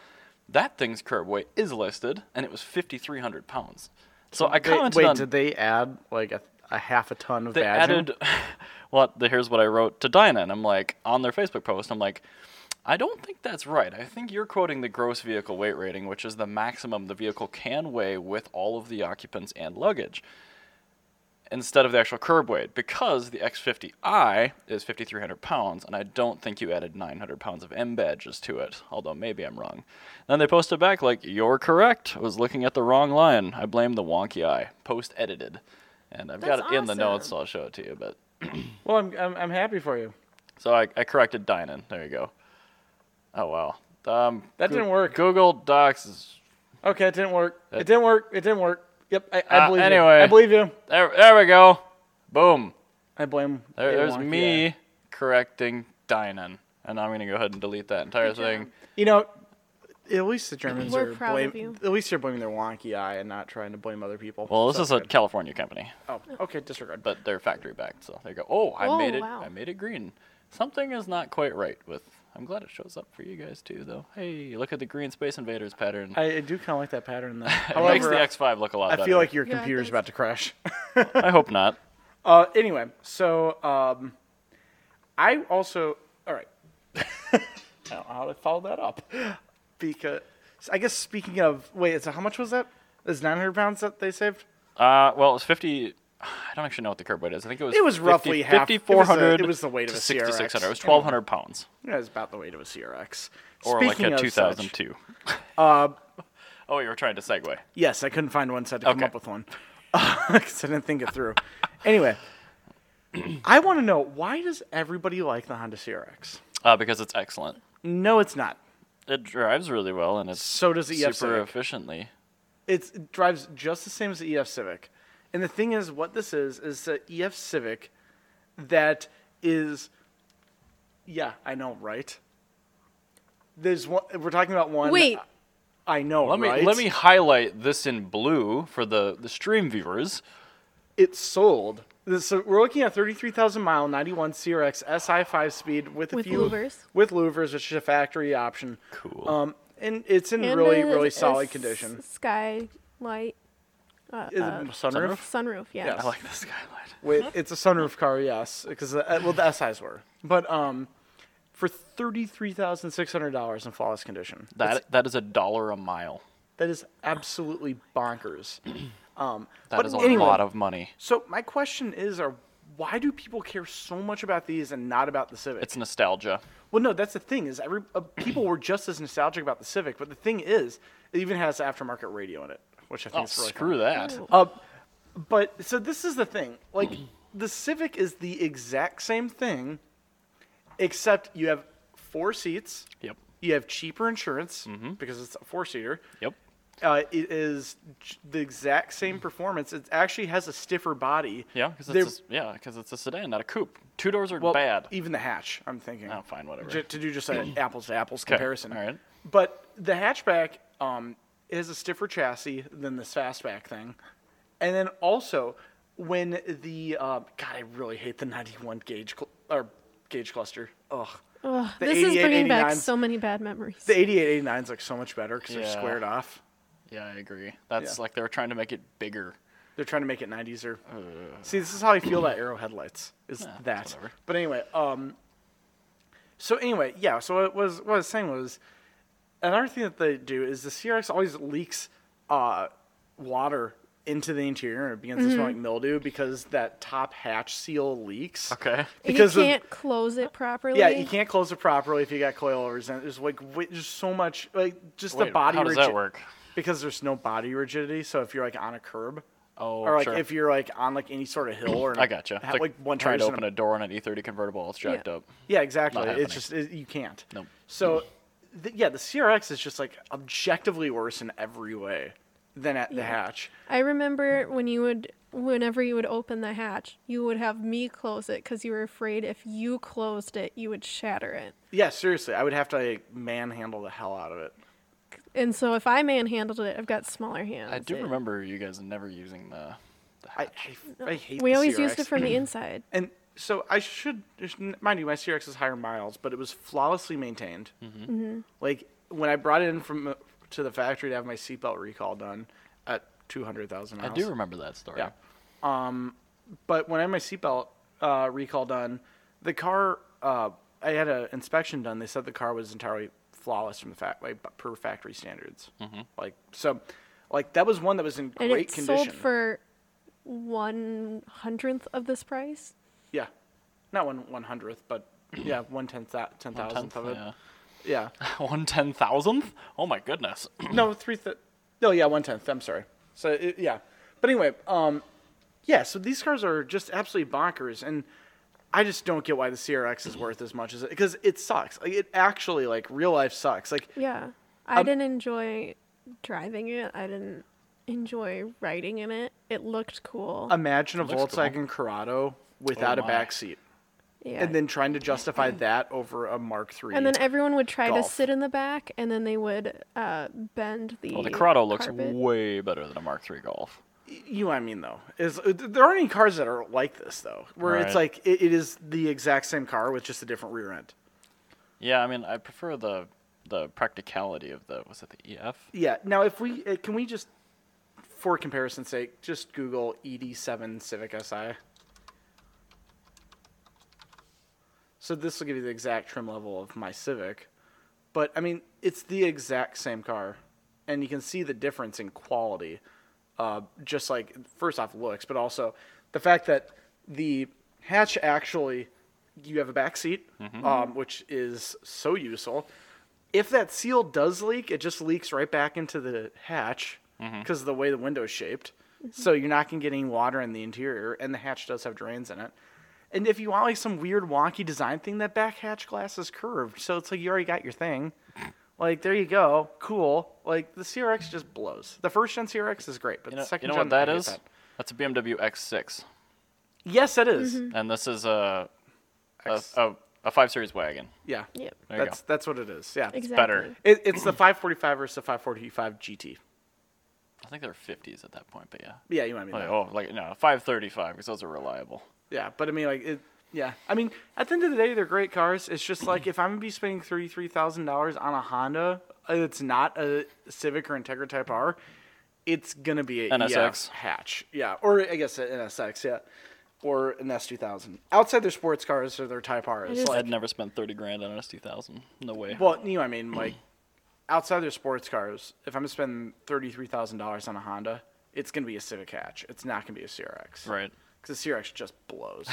That thing's curb weight is listed, and it was 5,300 pounds. So I They- commented wait, on did they add like a, a half a ton of they badging? added well the, here's what i wrote to dinah and i'm like on their facebook post i'm like i don't think that's right i think you're quoting the gross vehicle weight rating which is the maximum the vehicle can weigh with all of the occupants and luggage instead of the actual curb weight because the x50i is 5300 pounds and i don't think you added 900 pounds of m badges to it although maybe i'm wrong then they posted back like you're correct i was looking at the wrong line i blame the wonky eye post edited and i've got it That's in the notes awesome. so i'll show it to you but Well, I'm, I'm I'm happy for you. so i, I corrected dinan there you go oh wow um, That didn't work. google docs is Okay, it didn't work. Uh, it didn't work. It didn't work. Yep, I, I Uh, believe anyway. you. I believe you. there, there we go boom I blame. There, Dave there's Wonky. me correcting Dynan, and I'm gonna go ahead and delete that entire Good thing. job. You know, at least the Germans We're are proud blame. of you. At least they're blaming their wonky eye and not trying to blame other people. Well, this So is a good. California company, Oh, okay, disregard. but they're factory backed, so they go. Oh, I Oh, made it. wow. I made it green. Something is not quite right with. I'm glad it shows up for you guys too, though. Hey, look at the green Space Invaders pattern. I, I do kind of like that pattern though. it makes However, the X5 look a lot I better. feel like your Yeah, it computer's does. about to crash. I hope not. Uh, anyway, so um, I also all right. I don't know how to follow that up because I guess speaking of wait, so how much was that? Is nine hundred pounds that they saved? Uh, well, it's 50. I don't actually know what the curb weight is. I think it was. It was 50 roughly half- it was the- 5,400 it was the weight to of a 6,600. It was CRX. 1,200 pounds, That is about the weight of a CRX. or Speaking like of a such, uh, 2002. oh, you were trying to segue. Yes, I couldn't find one, so I had to come Okay. up with one because I didn't think it through. anyway, I want to know why does everybody like the Honda CRX? Uh, because it's excellent. No, it's not. It drives really well, and it's So does the super EF Civic. efficiently. It's, it drives just the same as the EF Civic, and the thing is, what this is is the EF Civic that is. Yeah, I know, right? There's one. We're talking about one. Wait. I know, Let me right? let me highlight this in blue for the the stream viewers. it sold. This- So we're looking at 33,000 mile 91 CRX SI 5 speed with a With few louvers. with louvers, which is a factory option. Cool. Um, and it's in And really a- really a solid s- condition. Skylight Is it sunroof? uh, sunroof. Yeah. Yes. I like the skylight. Wait, it's a sunroof car, yes, because well the SIs were, but um, for thirty three thousand six hundred dollars in flawless condition. That that is a dollar a mile. that is absolutely bonkers. Um, That but is a anyway, lot of money. So my question is, are why do people care so much about these and not about the Civic? It's nostalgia. Well, no, that's the thing is every uh, people were just as nostalgic about the Civic, but the thing is, it even has aftermarket radio in it, which I think Oh, is really screw fun. that. Uh, but so this is the thing, like the Civic is the exact same thing, except you have four seats. Yep. You have cheaper insurance Mm-hmm. because it's a four seater. Yep. Uh, it is j- the exact same performance. It actually has a stiffer body. Yeah, because They're- it's a, yeah, 'cause it's a sedan, not a coupe. Two doors are well, bad. Even the hatch, I'm thinking. Oh, fine, whatever. Ju- to do just an apples to apples comparison. all right. But the hatchback um, is a stiffer chassis than this fastback thing, and then also when the uh, God, I really hate the 91 gauge cl- or gauge cluster. Ugh. Ugh, The this is bringing back 8889s so many bad memories. The 8889s look so much better because they're Yeah. squared off. Yeah, I agree. That's Yeah. like they were trying to make it bigger. They're trying to make it 90s or. See, this is how I feel about arrow headlights. Is it's that? whatever. But anyway, um. So anyway, yeah. So what was what I was saying was, another thing that they do is the CRX always leaks, uh, water into the interior and it begins to Mm-hmm. smell like mildew because that top hatch seal leaks. Okay. And Because you of- can't close it properly. Yeah, you can't close it properly if you got coilovers, and there's like wi- there's so much like just the Wait, body. how does rigi- that work? Because there's no body rigidity, so if you're like on a curb, Oh, or like sure. if you're like on like any sort of hill or I gotcha. It's ha- like, one trying to person- open a door on an E30 convertible. It's jacked Yeah. up. yeah exactly Not it's happening. just it, you can't Nope. so th- yeah the CRX is just like objectively worse in every way than at the hatch I remember when you would, whenever you would open the hatch, you would have me close it because you were afraid if you closed it, you would shatter it. yeah seriously I would have to like, manhandle the hell out of it And so if I manhandled it, I've got smaller hands. I do It- remember you guys never using the. the I hatch. I, I hate We the always used CRX. it from the inside. and so I should just- mind you my CRX is higher miles but it was flawlessly maintained Mm-hmm. Mm-hmm. like when I brought it in from uh, to the factory to have my seatbelt recall done at two hundred thousand I miles do remember that story. Yeah. Um, but when I had my seatbelt uh, recall done, the car uh, I had an inspection done. They said the car was entirely flawless from the fact like b- per factory standards. Mm-hmm. Like so, like that was one that was in And great it condition. sold for one hundredth of this price. yeah, not one one hundredth, but yeah, one ten thousand One tenth, of it. yeah. Yeah, One ten thousandth? Oh my goodness. no three. Th- no, yeah, one tenth. I'm sorry. So it, yeah, but anyway, um, yeah. So these cars are just absolutely bonkers, and I just don't get why the CRX is worth as much as it because it sucks. Like it actually, like real life sucks. Like Yeah. I Um, didn't enjoy driving it. I didn't enjoy riding in it. It looked cool. imagine a Looks cool. Volkswagen Corrado without Oh a my. back seat, yeah. and then trying to justify that over a Mark III. And then everyone would try to Golf. sit in the back, and then they would uh, bend the. Well, the Corrado looks carpet. way better than a Mark III Golf. e-, you know what I mean though is uh, there aren't any cars that are like this though, where it's Right. like it, it is the exact same car with just a different rear end. Yeah, I mean, I prefer the the practicality of the was it the E EF? Yeah. Now, if we uh, can we just, for comparison's sake, just Google ED7 Civic Si. So this will give you the exact trim level of my Civic, but I mean it's the exact same car, and you can see the difference in quality Uh, just like first off looks, but also the fact that the hatch actually you have a back seat, um, which is so useful. If that seal does leak, it just leaks right back into the hatch Mm-hmm. because of the way the window is shaped. So you're not gonna get any water in the interior, and the hatch does have drains in it. And if you want like some weird wonky design thing, that back hatch glass is curved, so it's like you already got your thing. Like there you go, cool. Like the CRX just blows. The first gen CRX is great, but You know, the you second know gen what that I hate is? That's a BMW X6, Yes, it is. and this is a a, X- a, a five series wagon. Yeah. Yep. There you That's that's what it is. Yeah. Exactly. better. It, it's the 545 versus the 545 GT. I think they're 50s at that point, but yeah. Yeah, you might mean Like, that. oh, like no, 535 because those are reliable. Yeah, but I mean like it. Yeah, I mean at the end of the day, they're great cars. It's just like if I'm gonna be spending thirty three thousand dollars on a Honda, uh, it's not a Civic or Integra Type R. It's gonna be a NSX. EF hatch. Yeah, or I guess an NSX. Yeah. Or an S two thousand. Outside their sports cars or their Type R's, just- like I'd never spend 30 grand on an S2000. No way. Well, you know, I mean, like outside their sports cars, if I'm gonna spend thirty three thousand dollars on a Honda, it's gonna be a Civic Hatch. It's not gonna be a CRX. right. Because the CRX just blows.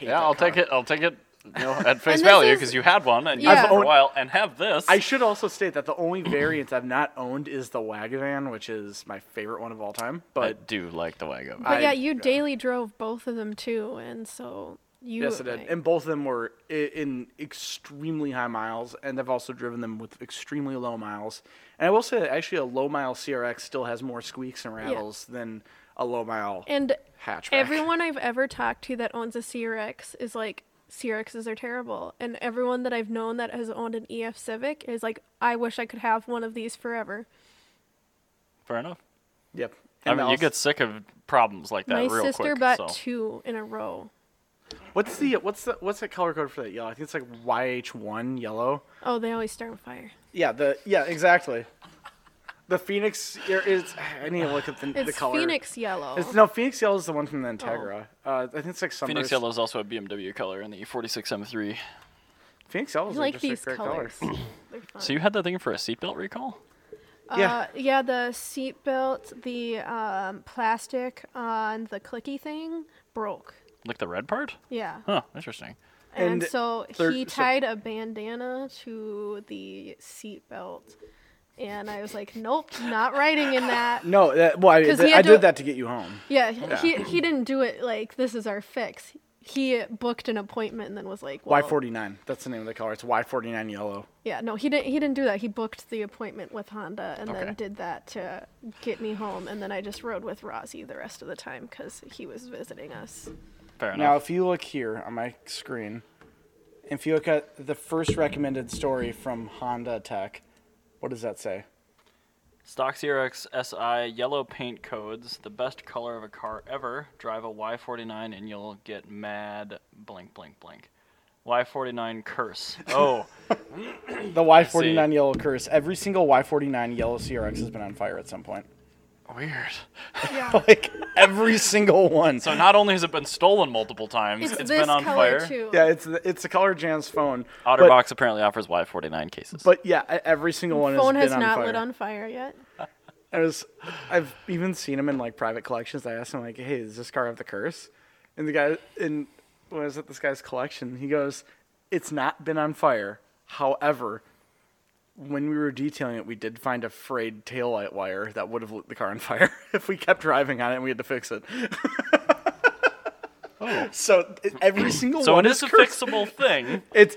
Yeah, I'll take it. I'll take it. You know, at face this value is- because you had one and you Yeah. had it for I've a while and have this. I should also state that the only variant I've not owned is the Wagavan, which is my favorite one of all time. I But do like the wagon. But I- uh, yeah, you yeah. daily drove both of them too, and so you. yes, it did, and both of them were i- in extremely high miles, and I've also driven them with extremely low miles. And I will say that actually a low mile CRX still has more squeaks and rattles than a low mile And hatchback. everyone I've ever talked to that owns a CRX is like, CRXs are terrible. And everyone that I've known that has owned an EF Civic is like, I wish I could have one of these forever. Fair enough. Yep. I mean, you Mouse. get sick of problems like that My real sister quick. got so. two in a row. what's the what's the what's the color code for that yellow? I think it's like YH one yellow. Oh, they always start on fire. Yeah, the yeah exactly. The phoenix er, is. I need to look at the, It's the color. Phoenix yellow. It's, no, phoenix yellow is the one from the Integra. Uh, I think it's like sunburst. Phoenix Yellow is also a BMW color in the E 46 M3. Phoenix yellow I is like just a these great colors. color. They're fun. So you had that thing for a seatbelt recall? Yeah. Uh, yeah, the seatbelt, the um, plastic on the clicky thing broke. Like the red part? Yeah. Huh. Interesting. And, And so third- he so- tied a bandana to the seatbelt. And I was like, nope, not riding in that. No, that, well, I, 'Cause he th- had to- I did that to get you home. Yeah, he- He, he didn't do it like this is our fix. He booked an appointment and then was like, Y well, forty nine. That's the name of the color. It's Y forty nine yellow. Yeah, no, he didn't. He didn't do that. He booked the appointment with Honda and Okay. then did that to get me home. And then I just rode with Rossi the rest of the time because he was visiting us. Fair Now, enough. if you look here on my screen, if you look at the first recommended story from Honda Tech, what does that say? Stock CRX SI yellow paint codes, the best color of a car ever. Drive a Y49 and you'll get mad blank blank blank. Y49 curse. Oh, The Y49 yellow curse. Every single Y49 yellow CRX has been on fire at some point. weird. Yeah, Like every single one. So not only has it been stolen multiple times, it's, it's this been on color fire. too. yeah, it's the, it's the color Jan's phone. but, Otterbox apparently offers Y49 cases. But yeah, e- every single one Phone has has, been not on fire. lit on fire yet. I was, I've even seen him in like private collections. I asked him like, "Hey, does this car have the curse?" And the guy in when I was at this guy's collection, he goes, "It's not been on fire. However, when we were detailing it, we did find a frayed taillight wire that would have lit the car on fire if we kept driving on it and we had to fix it." So it- every single so one it is a cursed. fixable thing, It's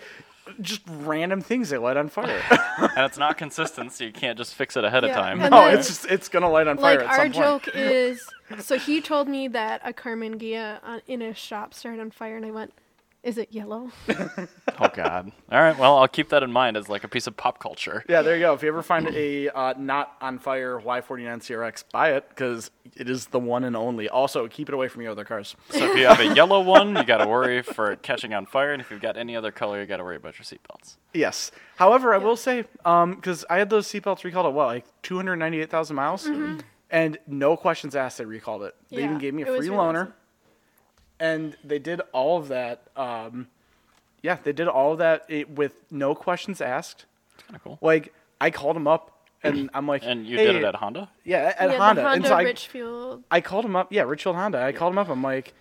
just random things they light on fire. and it's not consistent, so you can't just fix it ahead Yeah, of time. and no, then- Oh, it's just it's gonna light on Like fire at our some point. joke is, so he told me that a Carmen Gia on, in a shop started on fire, and I went, "Is it yellow?" Oh God! All right, well I'll keep that in mind as like a piece of pop culture. Yeah, there you go. If you ever find a uh, not on fire Y49 CRX, buy it because it is the one and only. Also, keep it away from your other cars. So if you have a yellow one, you got to worry for it catching on fire, and if you've got any other color, you got to worry about your seatbelts. Yes. However, I will say, because I had those seatbelts recalled at what, like 298,000 miles? And no questions asked, they recalled it. They Mm-hmm. Yeah, even gave me a it was free really loaner. awesome. And they did all of that. Um, yeah, they did all of that it, with no questions asked. It's kind of cool. Like I called him up and I'm like, And you "Hey," did it at Honda? yeah at yeah, Honda. the and Honda so I, Richfield. I called him up. Yeah, Richfield Honda. I called him up. I'm like,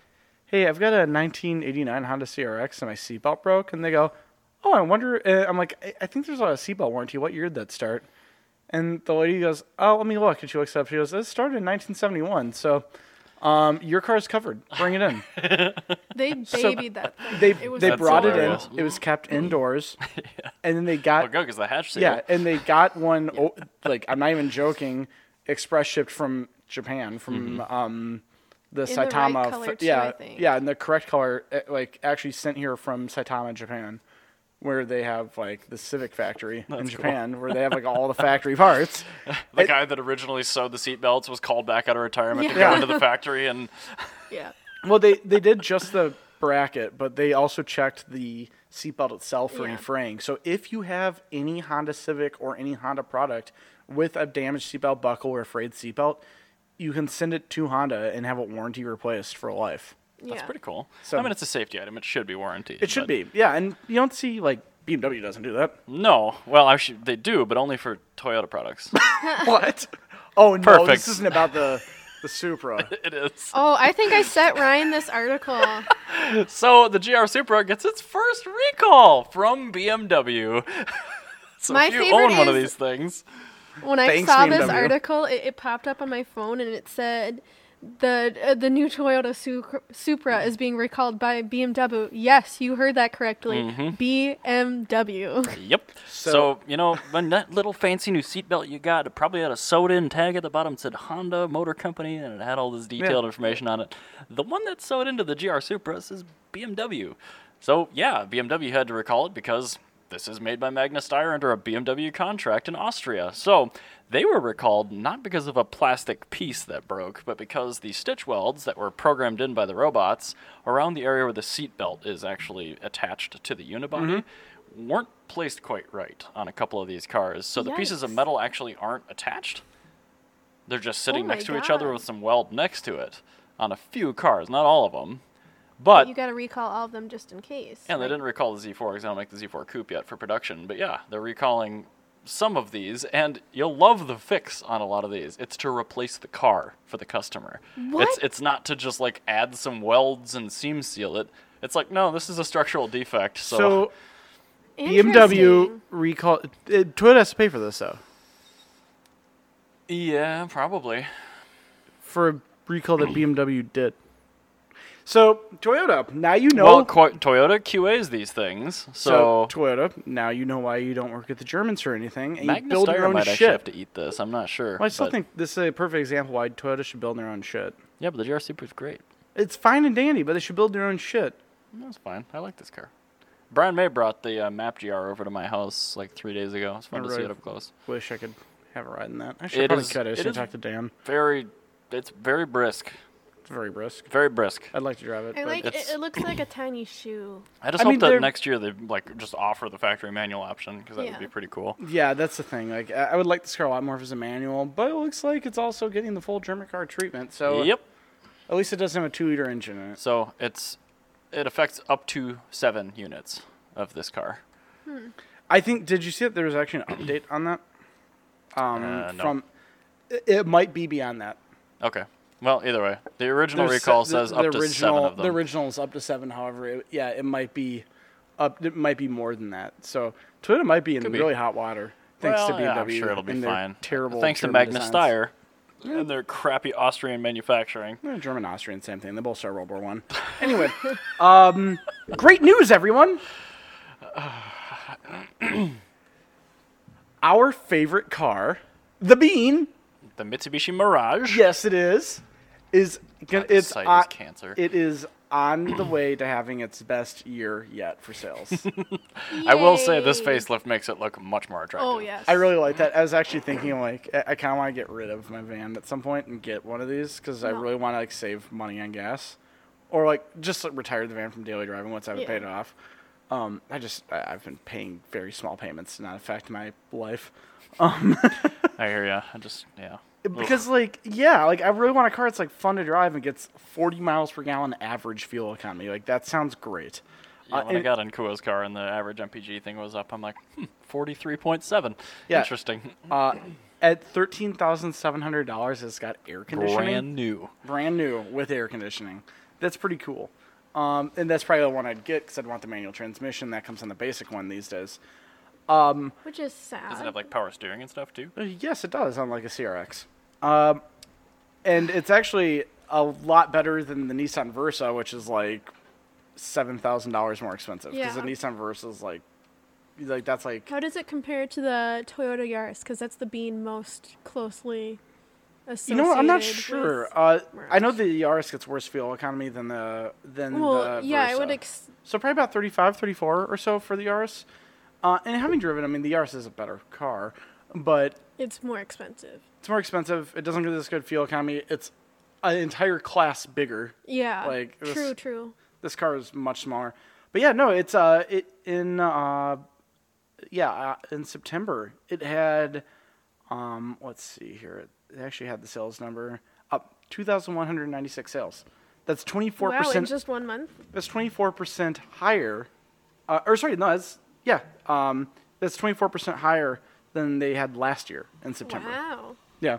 hey, I've got a 1989 Honda CRX and my seatbelt broke. And they go, oh, I wonder. Uh, I'm like, I, I think there's a seatbelt warranty. What year did that start? And the lady goes, oh, let me look. And she looks up. She goes, it started in 1971. So um, your car's covered. Bring it in. They babied that thing. they It was they That's brought hilarious. it in. It was kept indoors. And then they got Well, good, because the hatch seal. yeah, and they got one o- like I'm not even joking, express shipped from Japan from um the the right Saitama. f- color too, I yeah, think. yeah, and the correct color eh, like actually sent here from Saitama, Japan, where they have like the Civic factory in Japan where they have like all the factory parts. The guy that originally sewed the seatbelts was called back out of retirement to go Yeah. into the factory and Yeah. Well, they they did just the bracket, but they also checked the seatbelt itself for Yeah. any fraying. So if you have any Honda Civic or any Honda product with a damaged seatbelt buckle or a frayed seatbelt, you can send it to Honda and have it warranty replaced for life. Yeah. that's pretty cool. So- I mean, it's a safety item. It should be warranted. It should but- be, yeah. And you don't see like BMW doesn't do that. No. Well, I should, they do, but only for Toyota products. what? Oh no, Perfect. this isn't about the the Supra. it is. Oh, I think I sent Ryan this article. So the GR Supra gets its first recall from BMW. so My if you favorite own one of is- these things, When I Thanks, saw this BMW. article, it, it popped up on my phone and it said the uh, the new Toyota Sucra- Supra is being recalled by BMW. Yes, you heard that correctly. Mm-hmm. BMW. yep. So, So- you know, when that little fancy new seatbelt you got, it probably had a soda in tag at the bottom. It said Honda Motor Company, and it had all this detailed information on it. The one that's sewed into the GR Supra says BMW. So yeah, BMW had to recall it because this is made by Magna Steyr under a BMW contract in Austria. So they were recalled not because of a plastic piece that broke, but because the stitch welds that were programmed in by the robots around the area where the seat belt is actually attached to the unibody weren't placed quite right on a couple of these cars. So the pieces of Yikes. metal actually aren't attached. They're just sitting Oh my next to each other God. with some weld next to it on a few cars, not all of them. But You got to recall all of them just in case. and they didn't recall the Z4 because I don't make the Z4 Coupe yet for production. But yeah, they're recalling some of these, and you'll love the fix on a lot of these. It's to replace the car for the customer. It's What? it's not to just like add some welds and seam seal it. It's like no, this is a structural defect. So, So BMW Interesting. recall. uh, Toyota has to pay for this though. yeah, probably. for a recall that BMW did. So Toyota, now you know. Well, Qu- Toyota QAs these things, so, so Toyota, now you know why you don't work at the Germans or anything, and you Magna build your Steyr own might actually have shit. to eat this. I'm not sure. Well, I still but- think this is a perfect example why Toyota should build their own shit. yeah, but the GR Super is great. It's fine and dandy, but they should build their own shit. That's fine. I like this car. Brian May brought the uh, Map GR over to my house like three days ago. It's fun to see Alright. it up close. Wish I could have a ride in that. I should It probably is- cut it. I it should is- talk to Dan. Very, it's very brisk. It's very brisk. Very brisk. I'd like to drive it. I but like it, it's- it looks like a tiny shoe. I just I hope mean, they're- that next year they like just offer the factory manual option because that Yeah. would be pretty cool. yeah, that's the thing. Like, I I would like this car a lot more if it was a manual, but it looks like it's also getting the full German car treatment. So Yep. at least it doesn't have a two-liter engine in it. So it's it affects up to seven units of this car. I think. Did you see that there was actually an update on that? Um, Uh, no. From it, it might be beyond that. Okay. Well, either way, the original There's se- recall the- says the up to seven original- of them. The original is up to seven. However, it, yeah, it might be up. It might be more than that. So Toyota might be in Could be. really hot water thanks well, to BMW. yeah, I'm sure it'll be and their fine. Terrible. Thanks to German Magna designs. Steyr and their crappy Austrian manufacturing. Eh, German, Austrian, same thing. They both started World War One. Anyway, um, great news, everyone. Our favorite car, the Bean. The Mitsubishi Mirage. Yes, it is. Is gonna, God, this it's site on, is cancer. It is on the way to having its best year yet for sales. I will say this Yay. facelift makes it look much more attractive. Oh yes. I really like that. I was actually thinking like I, I kind of want to get rid of my van at some point and get one of these because I No. really want to like save money on gas, or like just like, retire the van from daily driving once I've Yeah. paid it off. Um, I just I, I've been paying very small payments to not affect my life. I hear ya. I just yeah. Because like yeah, like I really want a car that's like fun to drive and gets 40 miles per gallon average fuel economy. Like that sounds great. Yeah, Uh, when I and- got in Kuo's car and the average MPG thing was up, I'm like, hmm, 43.7. Yeah. Interesting. Uh, at thirteen thousand seven hundred dollars, it's got air conditioning, Brand new. Brand new with air conditioning. That's pretty cool. Um, and that's probably the one I'd get because I'd want the manual transmission. That comes on the basic one these days. which is sad. Does it have like power steering and stuff too? Uh, Yes, it does on like a CRX. Um, and it's actually a lot better than the Nissan Versa, which is like seven thousand dollars more expensive because the Yeah. Nissan Versa is like, like that's like How does it compare to the Toyota Yaris? Because that's the being most closely you associated. know what? I'm not with- sure. Uh, I know merch. the Yaris gets worse fuel economy than the than well, the yeah, I Versa. would. Ex- so probably about 35, 34 or so for the Yaris. Uh, and having driven, I mean, the Yaris is a better car, but it's more expensive. it's more expensive. It doesn't get this good fuel economy. It's an entire class bigger Yeah. Like, it was- true, true. this car is much smaller. But yeah, no, it's uh, it in uh, yeah, uh, in September it had, um, let's see here, it actually had the sales number up two thousand one hundred ninety six sales. That's twenty four Wow, in percent. just one month. That's twenty four percent higher, uh, or sorry, no, that's yeah, um, that's twenty four percent higher than they had last year in September. Wow. Yeah.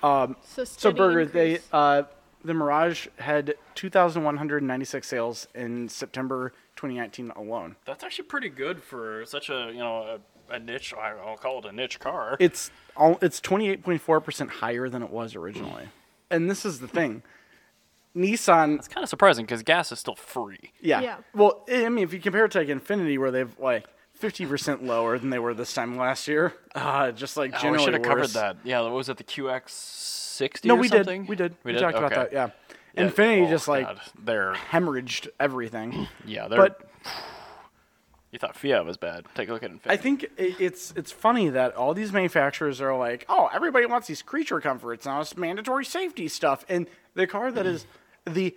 So, So steady Burger, increase. they uh, the Mirage had 2,196 sales in September 2019 alone. That's actually pretty good for such a you know a, a niche. I- I'll call it a niche car. It's all it's 28.4 percent higher than it was originally, and this is the thing. Nissan, it's kind of surprising because gas is still free. yeah. Yeah. Well, I mean, if you compare it to like Infinity, where they've like 50 percent lower than they were this time last year, uh, just Oh, like we generally should have covered worse. that. Yeah, what was it? The QX60 No, or we something? did. We did. We, did? talked about Okay. that. Yeah. Yeah, Infinity oh, just like God, they're hemorrhaged everything. yeah they're. but- you thought Fiat was bad. Take a look at Infinity. I think i- it's it's funny that all these manufacturers are like, oh, everybody wants these creature comforts now. It's mandatory safety stuff, and the car that is the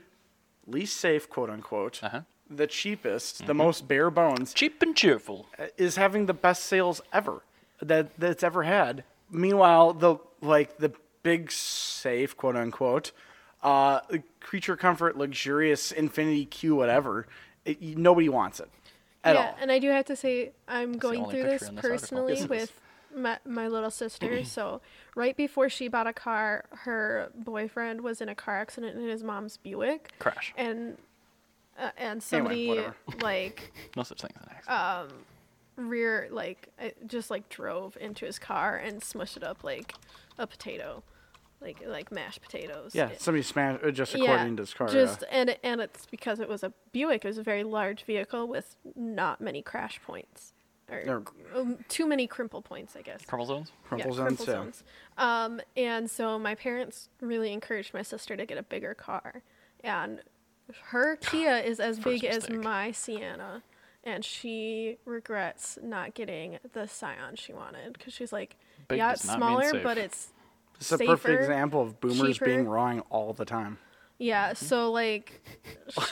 least safe, quote unquote, Uh-huh. the cheapest, the most bare bones, cheap and cheerful. is having the best sales ever that that's ever had. Meanwhile, the like the big safe, quote unquote, uh, creature comfort, luxurious Infinity Q, whatever, it, nobody wants it at yeah, all. and I do have to say I'm going only through picture this in this article. personally Yes, it is. Mm-hmm. with my, my little sister. so right before she bought a car, her boyfriend was in a car accident in his mom's Buick. Crash. And uh, and somebody whatever. like No such thing as an accident. rear like I- just like drove into his car and smushed it up like a potato, like like mashed potatoes. Yeah, It- somebody smashed uh, just according to his car. Just yeah. and and it's because it was a Buick. It was a very large vehicle with not many crash points or Or- um, too many crimple points, I guess. Crumble zones. Yeah, crumple zones, crimple yeah. zones. Um, and so my parents really encouraged my sister to get a bigger car, and her Kia is as First big as mistake. my Sienna, and she regrets not getting the Scion she wanted because she's like, Big yeah, does it's not mean smaller, safe. but it's It's a safer, perfect example of boomers being cheaper. wrong all the time. yeah. So like,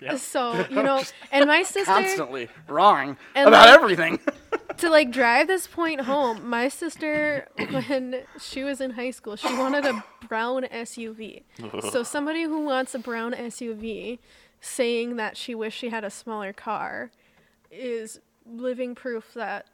Yeah. so you know, and my sister Constantly wrong And about like- everything. to like drive this point home. My sister, when she was in high school, she wanted a brown SUV. so somebody who wants a brown SUV, saying that she wished she had a smaller car, is living proof that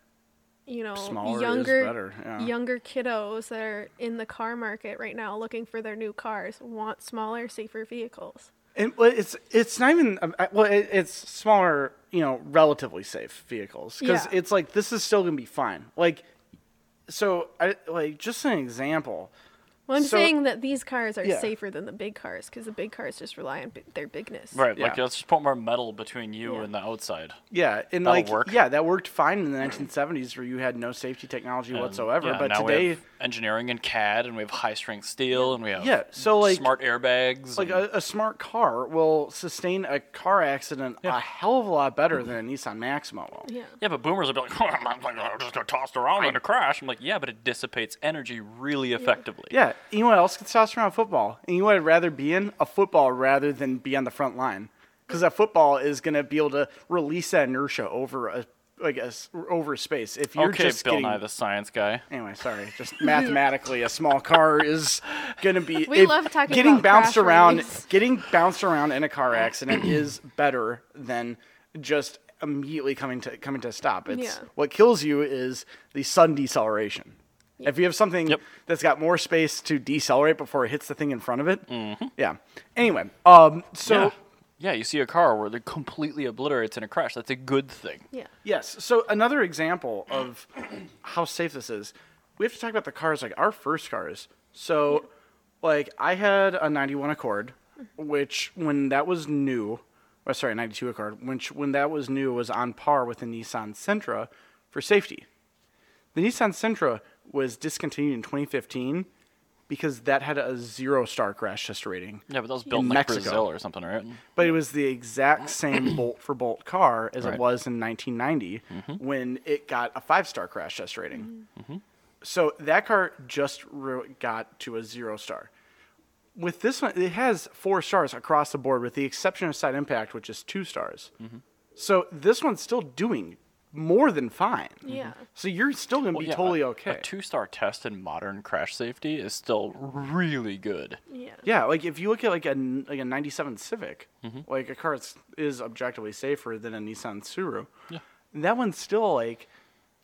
you know Smaller is younger better, yeah. younger kiddos that are in the car market right now looking for their new cars want smaller, safer vehicles. And well, it's it's not even um, I- well, it, it's smaller, you know, relatively safe vehicles because Yeah. it's like this is still gonna be fine. Like, so I like just an example. Well, I'm So- saying that these cars are Yeah. safer than the big cars because the big cars just rely on b- their bigness. Right. Like Yeah. let's just put more metal between you Yeah. and the outside. Yeah, and That'll like work. yeah, that worked fine in the 1970s where you had no safety technology And, whatsoever. yeah, but now today, we have engineering and CAD, and we have high strength steel, and we have Yeah, so, like- smart airbags. like and- a, a smart car will sustain a car accident a hell of a lot better than a Nissan Maxima will. Yeah. Yeah, but boomers will be like, I'm, not- I'm just gonna toss it around in a crash. I'm like, yeah, but it dissipates energy really effectively. Yeah, you know what else gets tossed around? Football. And you know what I'd rather be in? A football rather than be on the front line. Because that football is going to be able to release that inertia over a, like a, s- over space. If you're okay, just Bill getting, Nye the Science Guy. Anyway, sorry. Just mathematically, a small car is going to be. We love talking getting about bounced crash around. release. Getting bounced around in a car accident is better than just immediately coming to coming to a stop. It's Yeah. what kills you is the sudden deceleration. If you have something Yep. that's got more space to decelerate before it hits the thing in front of it, yeah. Anyway, um, so Mm-hmm. yeah. yeah, you see a car where it completely obliterates in a crash. That's a good thing. Yeah. Yes. So another example of how safe this is, we have to talk about the cars, like our first cars. So, like, I had a 91 Accord, which when that was new, or sorry, 92 Accord, which when that was new was on par with the Nissan Sentra for safety. The Nissan Sentra was discontinued in 2015 because that had a zero star crash history rating. Yeah, but that was built in In like Mexico. Brazil or something, right? But it was the exact same bolt for bolt car as Right. Mm-hmm. it was in 1990 when it got a five star crash test rating. So that car just re- got to a zero star. With this one, it has four stars across the board, with the exception of side impact, which is two stars. Mm-hmm. So this one's still doing more than fine. Yeah. So you're still going to be Yeah, totally a- okay. A two-star test in modern crash safety is still really good. Yeah. Yeah, like if you look at like a n- like a '97 Civic, Mm-hmm. like a car that's, is objectively safer than a Nissan Suru. Yeah. that one's still like,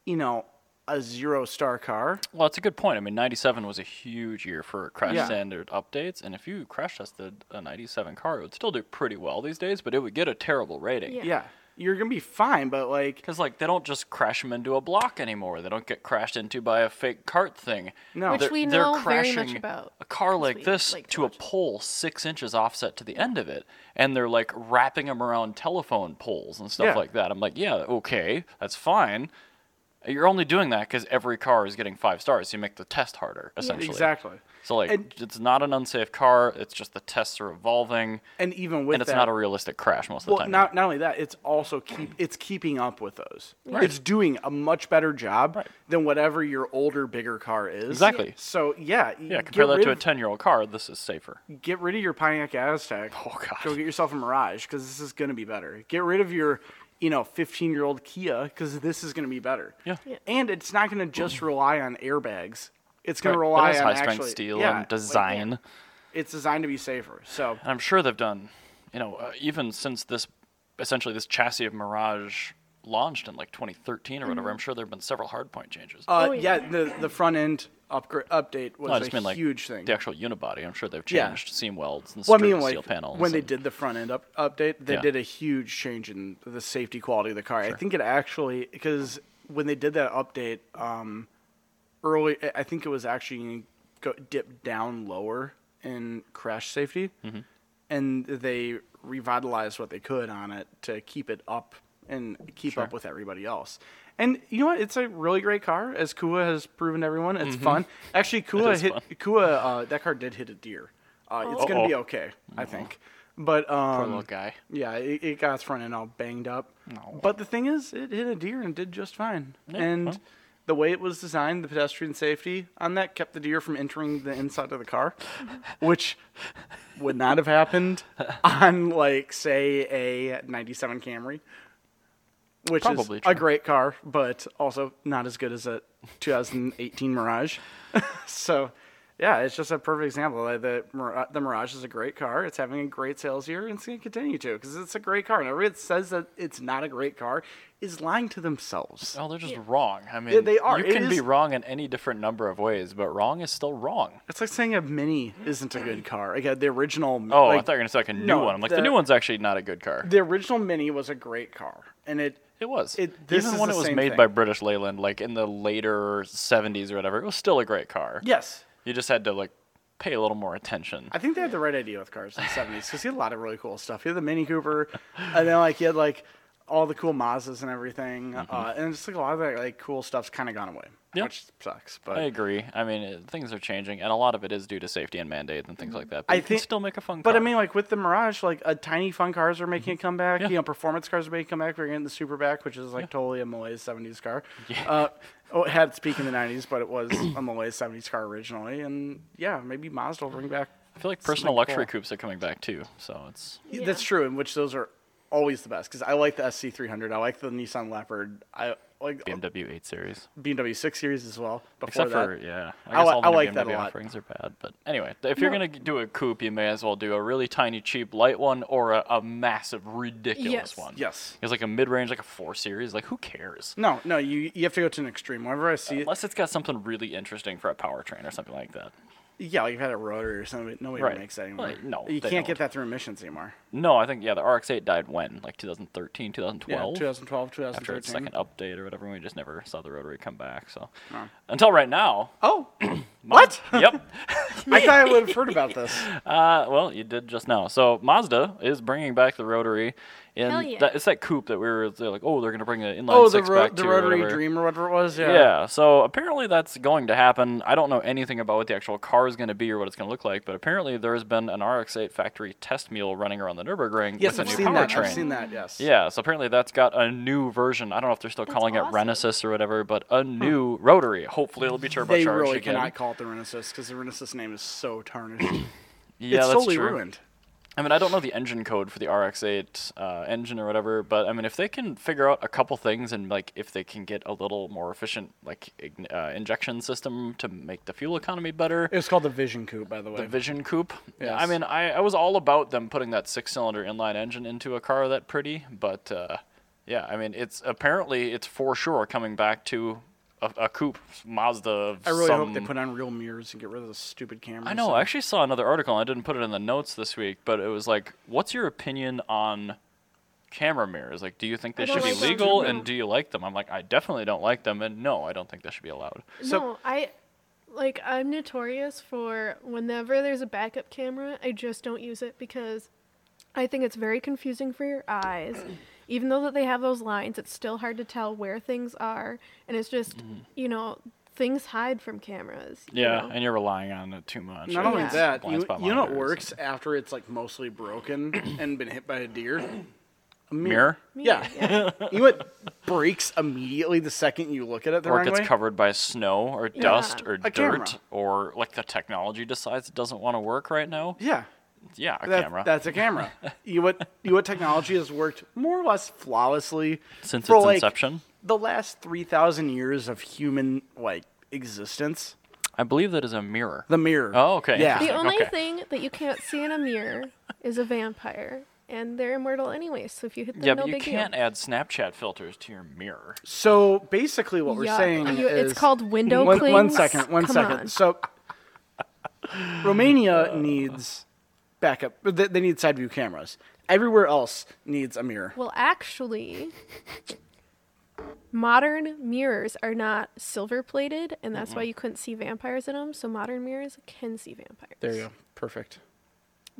you know, a zero star car. Well, that's a good point. I mean, 97 was a huge year for crash Yeah. standard updates, and if you crash tested a 97 car, it would still do pretty well these days, but it would get a terrible rating. Yeah. Yeah, you're gonna be fine, but like, Because like they don't just crash them into a block anymore. They don't get crashed into by a fake cart thing. No. Which They're- we they're know very much crashing about, A car 'cause like we this like to to a watch it. pole six inches offset to the end of it, and they're like wrapping them around telephone poles and stuff Yeah. like that. I'm like, yeah, okay, that's fine. You're only doing that because every car is getting five stars. you make the test harder, essentially. exactly. So like, And- it's not an unsafe car. It's just the tests are evolving, And even with and it's that, not a realistic crash most of the well, time. not not only that, it's also keep it's keeping up with those. Right. It's doing a much better job Right. than whatever your older, bigger car is. Exactly. So yeah, yeah, compare that to a ten. ten-year-old car. This is safer. get rid of your Pontiac Aztec. Oh, God. Go get yourself a Mirage because this is gonna be better. Get rid of your, you know, 15 year old Kia because this is gonna be better. Yeah. Mm. Yeah. And it's not gonna just rely on airbags. It's gonna Right, rely it has on high actually strength steel yeah, and like, design. it's designed to be safer. So And I'm sure they've done, you know, uh, even since this, essentially this chassis of Mirage launched in like 2013 or whatever. Mm-hmm. I'm sure there have been several hardpoint changes. uh, Oh, yeah. yeah. the the front end upgrade update was No, I just a mean like huge thing. the actual unibody. I'm sure they've Yeah. changed seam welds and well, I steel- mean, like steel panels. when they and- did the front end up, update, they Yeah. did a huge change in the safety quality of the car. I think it actually because when they did that update, um, early, I- I think it was actually go, dip down lower in crash safety, Mm-hmm. and they revitalized what they could on it to keep it up and keep up with everybody else. And you know what? It's a really great car, as Kua has proven to everyone. It's fun. Actually, Kua Mm-hmm. is hit fun. Kua. Uh, that car did hit a deer. Uh, It's gonna be Uh-oh. okay, I think. But um, Poor little guy. yeah, it, it got its front end all banged up. No. But the thing is, it hit a deer and did just fine. and well. the way it was designed, the pedestrian safety on that kept the deer from entering the inside of the car, which would not have happened on like say a 97 Camry, which Probably is true. a great car, but also not as good as a 2018 Mirage. so, yeah, it's just a perfect example. Like, The Mir- the Mirage is a great car. It's having a great sales year, and it's going to continue to because it's a great car. And everybody that says that it's not a great car is lying to themselves. Oh, they're just wrong. I mean, they are. You It can be is- wrong in any different number of ways, but wrong is still wrong. It's like saying a Mini isn't a good car. Like uh, the original. Mm-hmm. Oh, I like, thought you were gonna say like a new no, one. I'm like, the, the- new one's actually not a good car. the original Mini was a great car, and it It was. It- this Even is when the it was same made thing. by British Leyland, like in the later 70s or whatever, it was still a great car. yes. You just had to like pay a little more attention. I think they had the right idea with cars in the seventies because he had a lot of really cool stuff. He had the Mini Cooper, and then like he had like all the cool Mazdas and everything, uh, and just like a lot of that like cool stuff's kind of gone away, Mm-hmm. Yeah. which sucks. But I agree. I mean, it, things are changing, and a lot of it is due to safety and mandates and things like that. But I you can think- still make a fun But car. I mean, like with the Mirage, like a tiny fun cars are making a comeback. Mm-hmm. Yeah. You know, performance cars are making a comeback. We're getting the Superback, which is like totally a Malaise '70s car. Yeah. Uh, oh, it had its peak in the '90s, but it was a Malaise '70s car originally. And yeah, maybe Mazda will bring back. I feel like personal something luxury cool. coupes are coming back too. So it's Yeah. That's true. In which those are always the best because I like the SC300. I like the Nissan Leopard. I like BMW 8 Series. BMW 6 Series as well. Before Except that, for yeah, I I guess li- all I the new like that a BMW lot. offerings are bad. But anyway, if you're gonna do a coupe, you may as well do a really tiny, cheap, light one or a, a massive, ridiculous Yes. one. Yes. it's like a mid-range, like a four series. Like who cares? no, no, you you have to go to an extreme. Whenever I see, Uh, Unless it's got something really interesting for a powertrain or something like that. yeah, like you've had a rotor or something. Nobody Right. makes that anymore. Well, no, you they can't get don't. that through emissions anymore. No, I think yeah, the RX-8 died when like 2013, 2012. Yeah, 2012, 2013. after its second update or whatever, and we just never saw the rotary come back. So Oh. until right now, Oh, what? yep. I thought I would have heard about this. Uh, well, you did just now. So Mazda is bringing back the rotary, and Hell yeah. that, it's that coupe that we were they're like, oh, they're gonna bring the inline Oh, the, six ro- back the too, or rotary whatever. dream or whatever it was. Yeah. Yeah. so apparently that's going to happen. I don't know anything about what the actual car is going to be or what it's going to look like, but apparently there's been an RX-8 factory test mule running around the Nürburgring Yes, with I've a new seen that. powertrain. I've seen that. Yes. Yeah, so apparently that's got a new version. I don't know if they're still That's calling it awesome. Renesis or whatever, but a new rotary. Hopefully it'll be turbocharged They really again. cannot call it the Renesis because the Renesis name is so tarnished. yeah, it's that's totally true. ruined. I mean, I don't know the engine code for the RX-8 uh, engine or whatever, but I mean, if they can figure out a couple things and like if they can get a little more efficient like ign- uh, injection system to make the fuel economy better, It was called the Vision Coupe, by the way. the Vision Coupe. Yeah, I Yes. mean, I, I was all about them putting that six-cylinder inline engine into a car that pretty, but uh, yeah, I mean, it's apparently it's for sure coming back to a, a coupe Mazda. of I really hope they some- put on real mirrors and get rid of the stupid cameras. I know. and- I actually saw another article. and I didn't put it in the notes this week, but it was like, "What's your opinion on camera mirrors? Like, do you think they I don't should be like them. legal, No. and do you like them?" I'm like, "I definitely don't like them, and no, I don't think they should be allowed." So- no, I like I'm notorious for whenever there's a backup camera, I just don't use it because I think it's very confusing for your eyes. Even though that they have those lines, it's still hard to tell where things are, and it's just you know things hide from cameras. you Mm-hmm. Yeah, know? and you're relying on it too much. Not It's only Yeah. that, blind you, spot you know what monitors. works after it's like mostly broken and been hit by a deer? A Mirror, Yeah. yeah. you know what breaks immediately the second you look at it the or wrong it gets way? covered by snow or Yeah. dust or A dirt, camera. or like the technology decides it doesn't want to work right now. Yeah. Yeah, a That- camera. That's a camera. you know what you know what technology has worked more or less flawlessly Since for its like inception? The last three thousand years of human like existence. I believe that is a mirror. The mirror. Oh, okay. Yeah. The Like, only okay. thing that you can't see in a mirror is a vampire, and they're immortal anyway. So if you hit them, yeah, no but you big deal. can't add Snapchat filters to your mirror. So basically, what we're Yeah, saying you- is it's called window one, one clings. second, one Come second. on. So Romania needs backup. but They, they need side view cameras. Everywhere else needs a mirror. Well, actually, modern mirrors are not silver plated, and that's why you couldn't see vampires in them. So modern mirrors can see vampires. There you go. Perfect.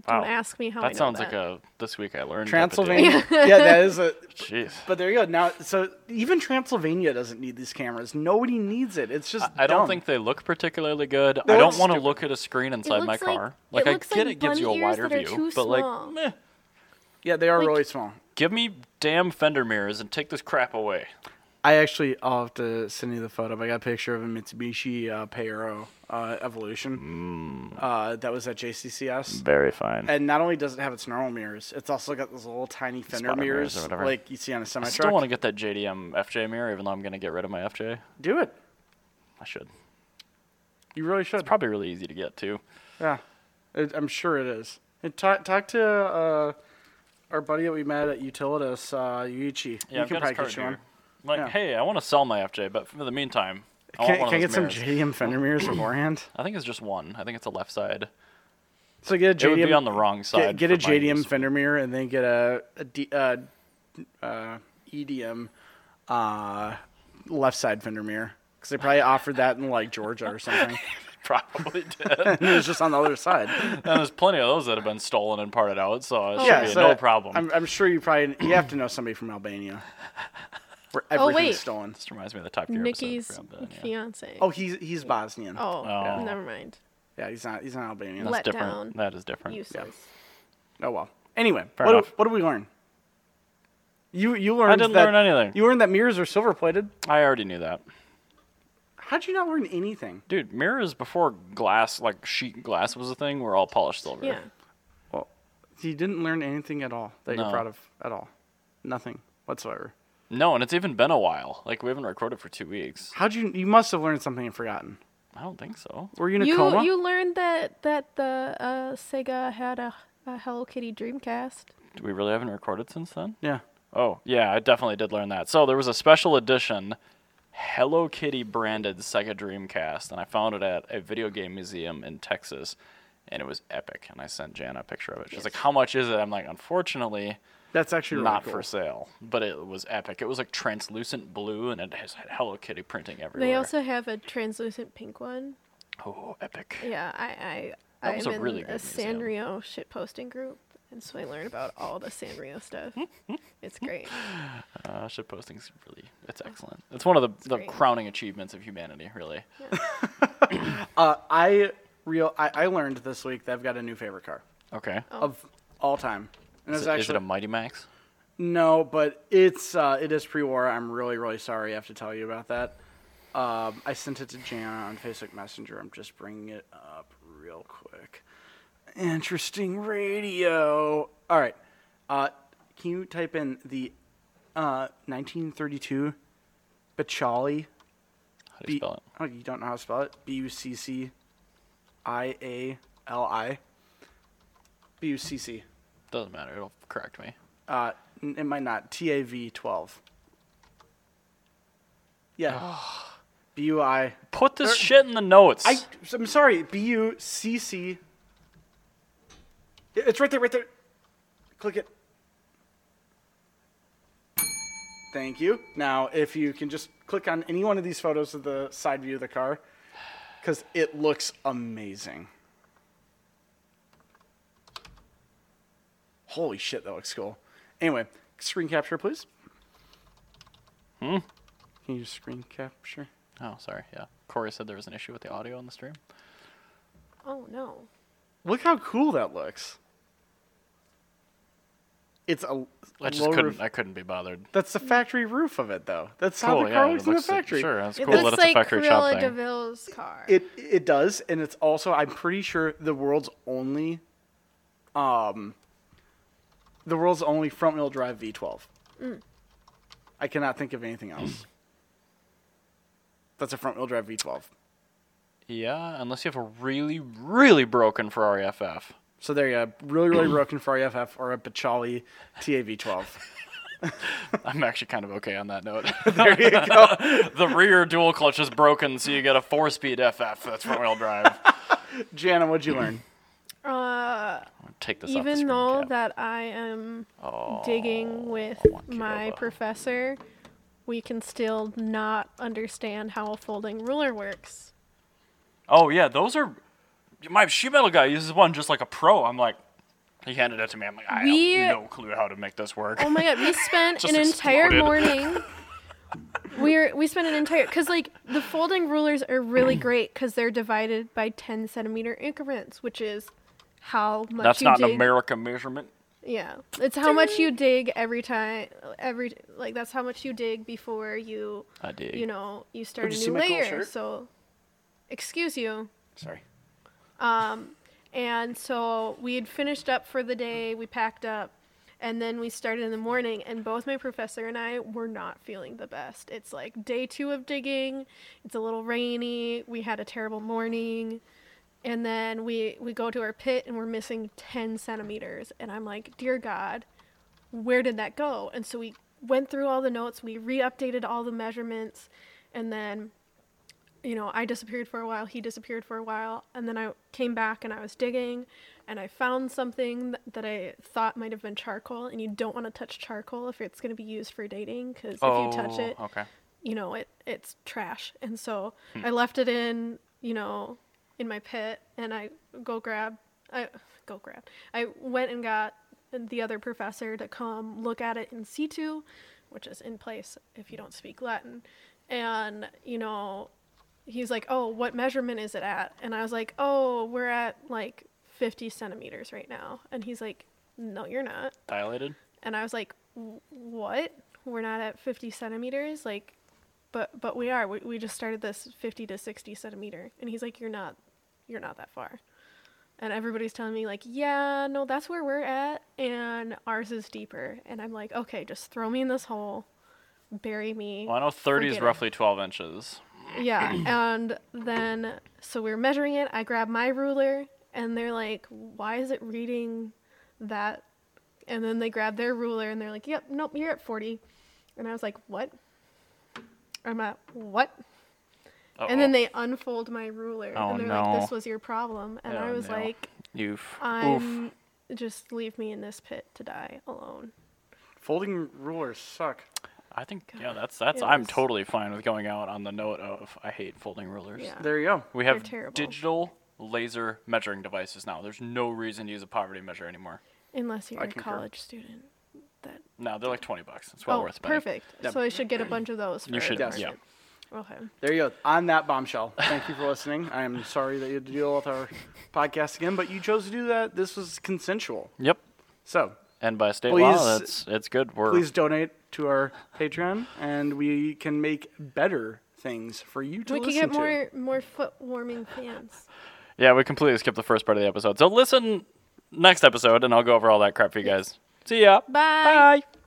Don't Wow. ask me how I That know sounds that. like a this week I learned. Transylvania. yeah, that is a. epidemic. Jeez. But there you go. Now, so even Transylvania doesn't need these cameras. Nobody needs it. It's just. I don't dumb. think they look particularly good. They I look don't want to stupid. look at a screen It inside my looks like- car. it Like, I looks get like it gives you a bunny ears wider that are view, too but small. like, meh. Yeah, they are like- really small. give me damn fender mirrors and take this crap away. I actually, I'll have to send you the photo. But I got a picture of a Mitsubishi uh, Pajero uh, Evolution Mm. uh, that was at JCCS. Very fine. And not only does it have its normal mirrors, it's also got those little tiny fender Spotter mirrors mirrors, or whatever. like you see on a semi I still want truck. to get that JDM FJ mirror, even though I'm gonna get rid of my FJ. Do it. I should. You really should. It's probably really easy to get too. yeah, it, I'm sure it is. And talk, talk to uh, our buddy that we met at Utilitas, uh, Yuichi. Yeah, I've got his card here. Like, Yeah. hey, I want to sell my FJ, but for the meantime, I Can, want one can I of get those some mirrors. JDM fender mirrors beforehand? I think it's just one. I think it's a left side. So get a It JDM. would be on the wrong get, side. get a for my JDM use. fender mirror and then get a, a D, uh, uh, EDM uh, left side fender mirror because they probably offered that in like Georgia or something. Probably did. and it was just on the other side. and there's plenty of those that have been stolen and parted out, so it should yeah, be so no problem. I'm, I'm sure you probably you have to know somebody from Albania where Oh, wait. everything's stolen. This reminds me of the Top Gear Nikki's episode. from that, yeah. fiance. Oh, he's he's Bosnian. Oh, Oh. never mind. yeah, he's not he's not Albanian. Let- That's different. down. That is different. Useless. Oh well. Anyway, Fair what do, enough. what do we learn? You you learned didn't that, learn anything. You learned that mirrors are silver plated. I already knew that. How'd you not learn anything? Dude, mirrors before glass, like sheet glass was a thing, were all polished silver. Yeah. Well, you didn't learn anything at all that No. you're proud of at all. Nothing whatsoever. No, and it's even been a while. Like we haven't recorded for two weeks. How'd you? You must have learned something and forgotten. I don't think so. Were you in a You coma? you learned that that the uh, Sega had a, a Hello Kitty Dreamcast. Do we really haven't recorded since then? yeah. Oh, yeah, I definitely did learn that. So there was a special edition Hello Kitty branded Sega Dreamcast, and I found it at a video game museum in Texas, and it was epic. And I sent Jana a picture of it. She's like, "How much is it?" I'm like, "Unfortunately, That's actually really not cool. for sale." But it was epic. It was like translucent blue, and it has had Hello Kitty printing everywhere. They also have a translucent pink one. oh, epic. Yeah, I I That I'm was a in really a good Sanrio shit posting group, and so I learn about all the Sanrio stuff. it's great. Uh, shit posting's really, it's excellent. It's one of the, the great. crowning achievements of humanity, really. Uh, I real I, I learned this week that I've got a new favorite car Okay. of all time. And Is it's it, is it actually a Mighty Max? no, but it's uh, it is pre-war. I'm really really sorry I have to tell you about that. Um, I sent it to Jana on Facebook Messenger. I'm just bringing it up real quick. Interesting radio. All right, uh, can you type in the uh, 1932 Bacchali? How do you B- spell it? Oh, you don't know how to spell it? B U C C I A L I. B U C C. Doesn't matter. It'll correct me. Uh, n- it might not. T A V 12. Yeah. B U I. Put Er, this shit in the notes. I, I'm sorry. B U C C. It's right there, right there. Click it. Thank you. Now, if you can just click on any one of these photos of the side view of the car, because it looks amazing. Holy shit, that looks cool. Anyway, screen capture, please. Hmm? Can you screen capture? oh, sorry. Yeah. Corey said there was an issue with the audio on the stream. Oh no. Look how cool that looks. It's a I just low couldn't. roof. I couldn't be bothered. That's the factory roof of it, though. That's how Cool. the Yeah. car it looks in the looks like- factory. Sure. That's It cool that looks it's a like factory shop Cruella thing. Deville's car. It it does, and it's also I'm pretty sure the world's only, um, the world's only front wheel drive V12. I cannot think of anything else. That's a front wheel drive V12. yeah. Unless you have a really, really broken E Ferrari FF. So there you go. Really, really broken for EFF or a Bacchali TAV12. I'm actually kind of okay on that note. There you go. the rear dual clutch is broken, so you get a four-speed FF that's front-wheel drive. Jana, what'd you learn? Uh, Take this off the even screen though cap. that I am Oh, digging with Wakioba. my professor, we can still not understand how a folding ruler works. Oh yeah, those are. My sheet metal guy uses one just like a pro. I'm like, he handed it to me. I'm like, I We- have no clue how to make this work. Oh my god, we spent Just an entire exploded. morning. We're we spent an entire because like the folding rulers are really great because they're divided by ten centimeter increments, which is how much That's you not dig. an America measurement. Yeah, it's how much you dig every time. Every like that's how much you dig before you I dig. you know you start you a see new my cool layer. shirt? So, excuse you. Sorry. And so we had finished up for the day, we packed up, and then we started in the morning. And both my professor and I were not feeling the best. It's like day two of digging, it's a little rainy, we had a terrible morning. And then we, we go to our pit and we're missing 10 centimeters. And I'm like, Dear God, where did that go? And so we went through all the notes, we re updated all the measurements, and then you know, I disappeared for a while, he disappeared for a while, and then I came back and I was digging and I found something th- that I thought might have been charcoal. And you don't want to touch charcoal if it's going to be used for dating because if you touch it, Oh, okay. you know, it it's trash. And so I left it in, you know, in my pit and I go grab I go grab. I went and got the other professor to come look at it in situ, which is in place if you don't speak Latin. And, you know, he's like, "Oh, what measurement is it at?" And I was like, "Oh, we're at like 50 centimeters right now." And he's like, "No, you're not." Dilated. and I was like, "W- "What? We're not at 50 centimeters, like, but but we are. We, we just started this 50 to 60 centimeter." And he's like, "You're not, you're not that far." And everybody's telling me like, "Yeah, no, that's where we're at, and ours is deeper." And I'm like, "Okay, just throw me in this hole. bury me. Well, I know 30 is Forget it. roughly 12 inches. Yeah, and then so we were measuring it. I grab my ruler, and they're like, "Why is it reading that?" And then they grab their ruler, and they're like, "Yep, nope, you're at 40." And I was like, "What?" I'm at what? And then Uh-oh. they unfold my ruler, Oh, and they're no. like, "This was your problem," and I Oh, was no. like, Oof. "I'm just leave me in this pit to die alone." Folding rulers suck. I think yeah, that's that's. it I'm was- totally fine with going out on the note of I hate folding rulers. Yeah. There you go. We They're have terrible. digital laser measuring devices now. There's no reason to use a poverty measure anymore. Unless you're I a concur. college student, that No, they're like 20 bucks. It's well oh, worth it. perfect. Yep. So I should get a bunch of those. For You should. Yes. Yeah. Okay. There you go. On that bombshell, thank you for listening. I am sorry that you had to deal with our podcast again, but you chose to do that. This was consensual. Yep. So And by state Please- law, that's it's good. We're please donate to our Patreon, and we can make better things for you to we could listen get to. more more foot warming fans. yeah, we completely skipped the first part of the episode. So listen next episode, and I'll go over all that crap for you guys. See ya. Bye. Bye.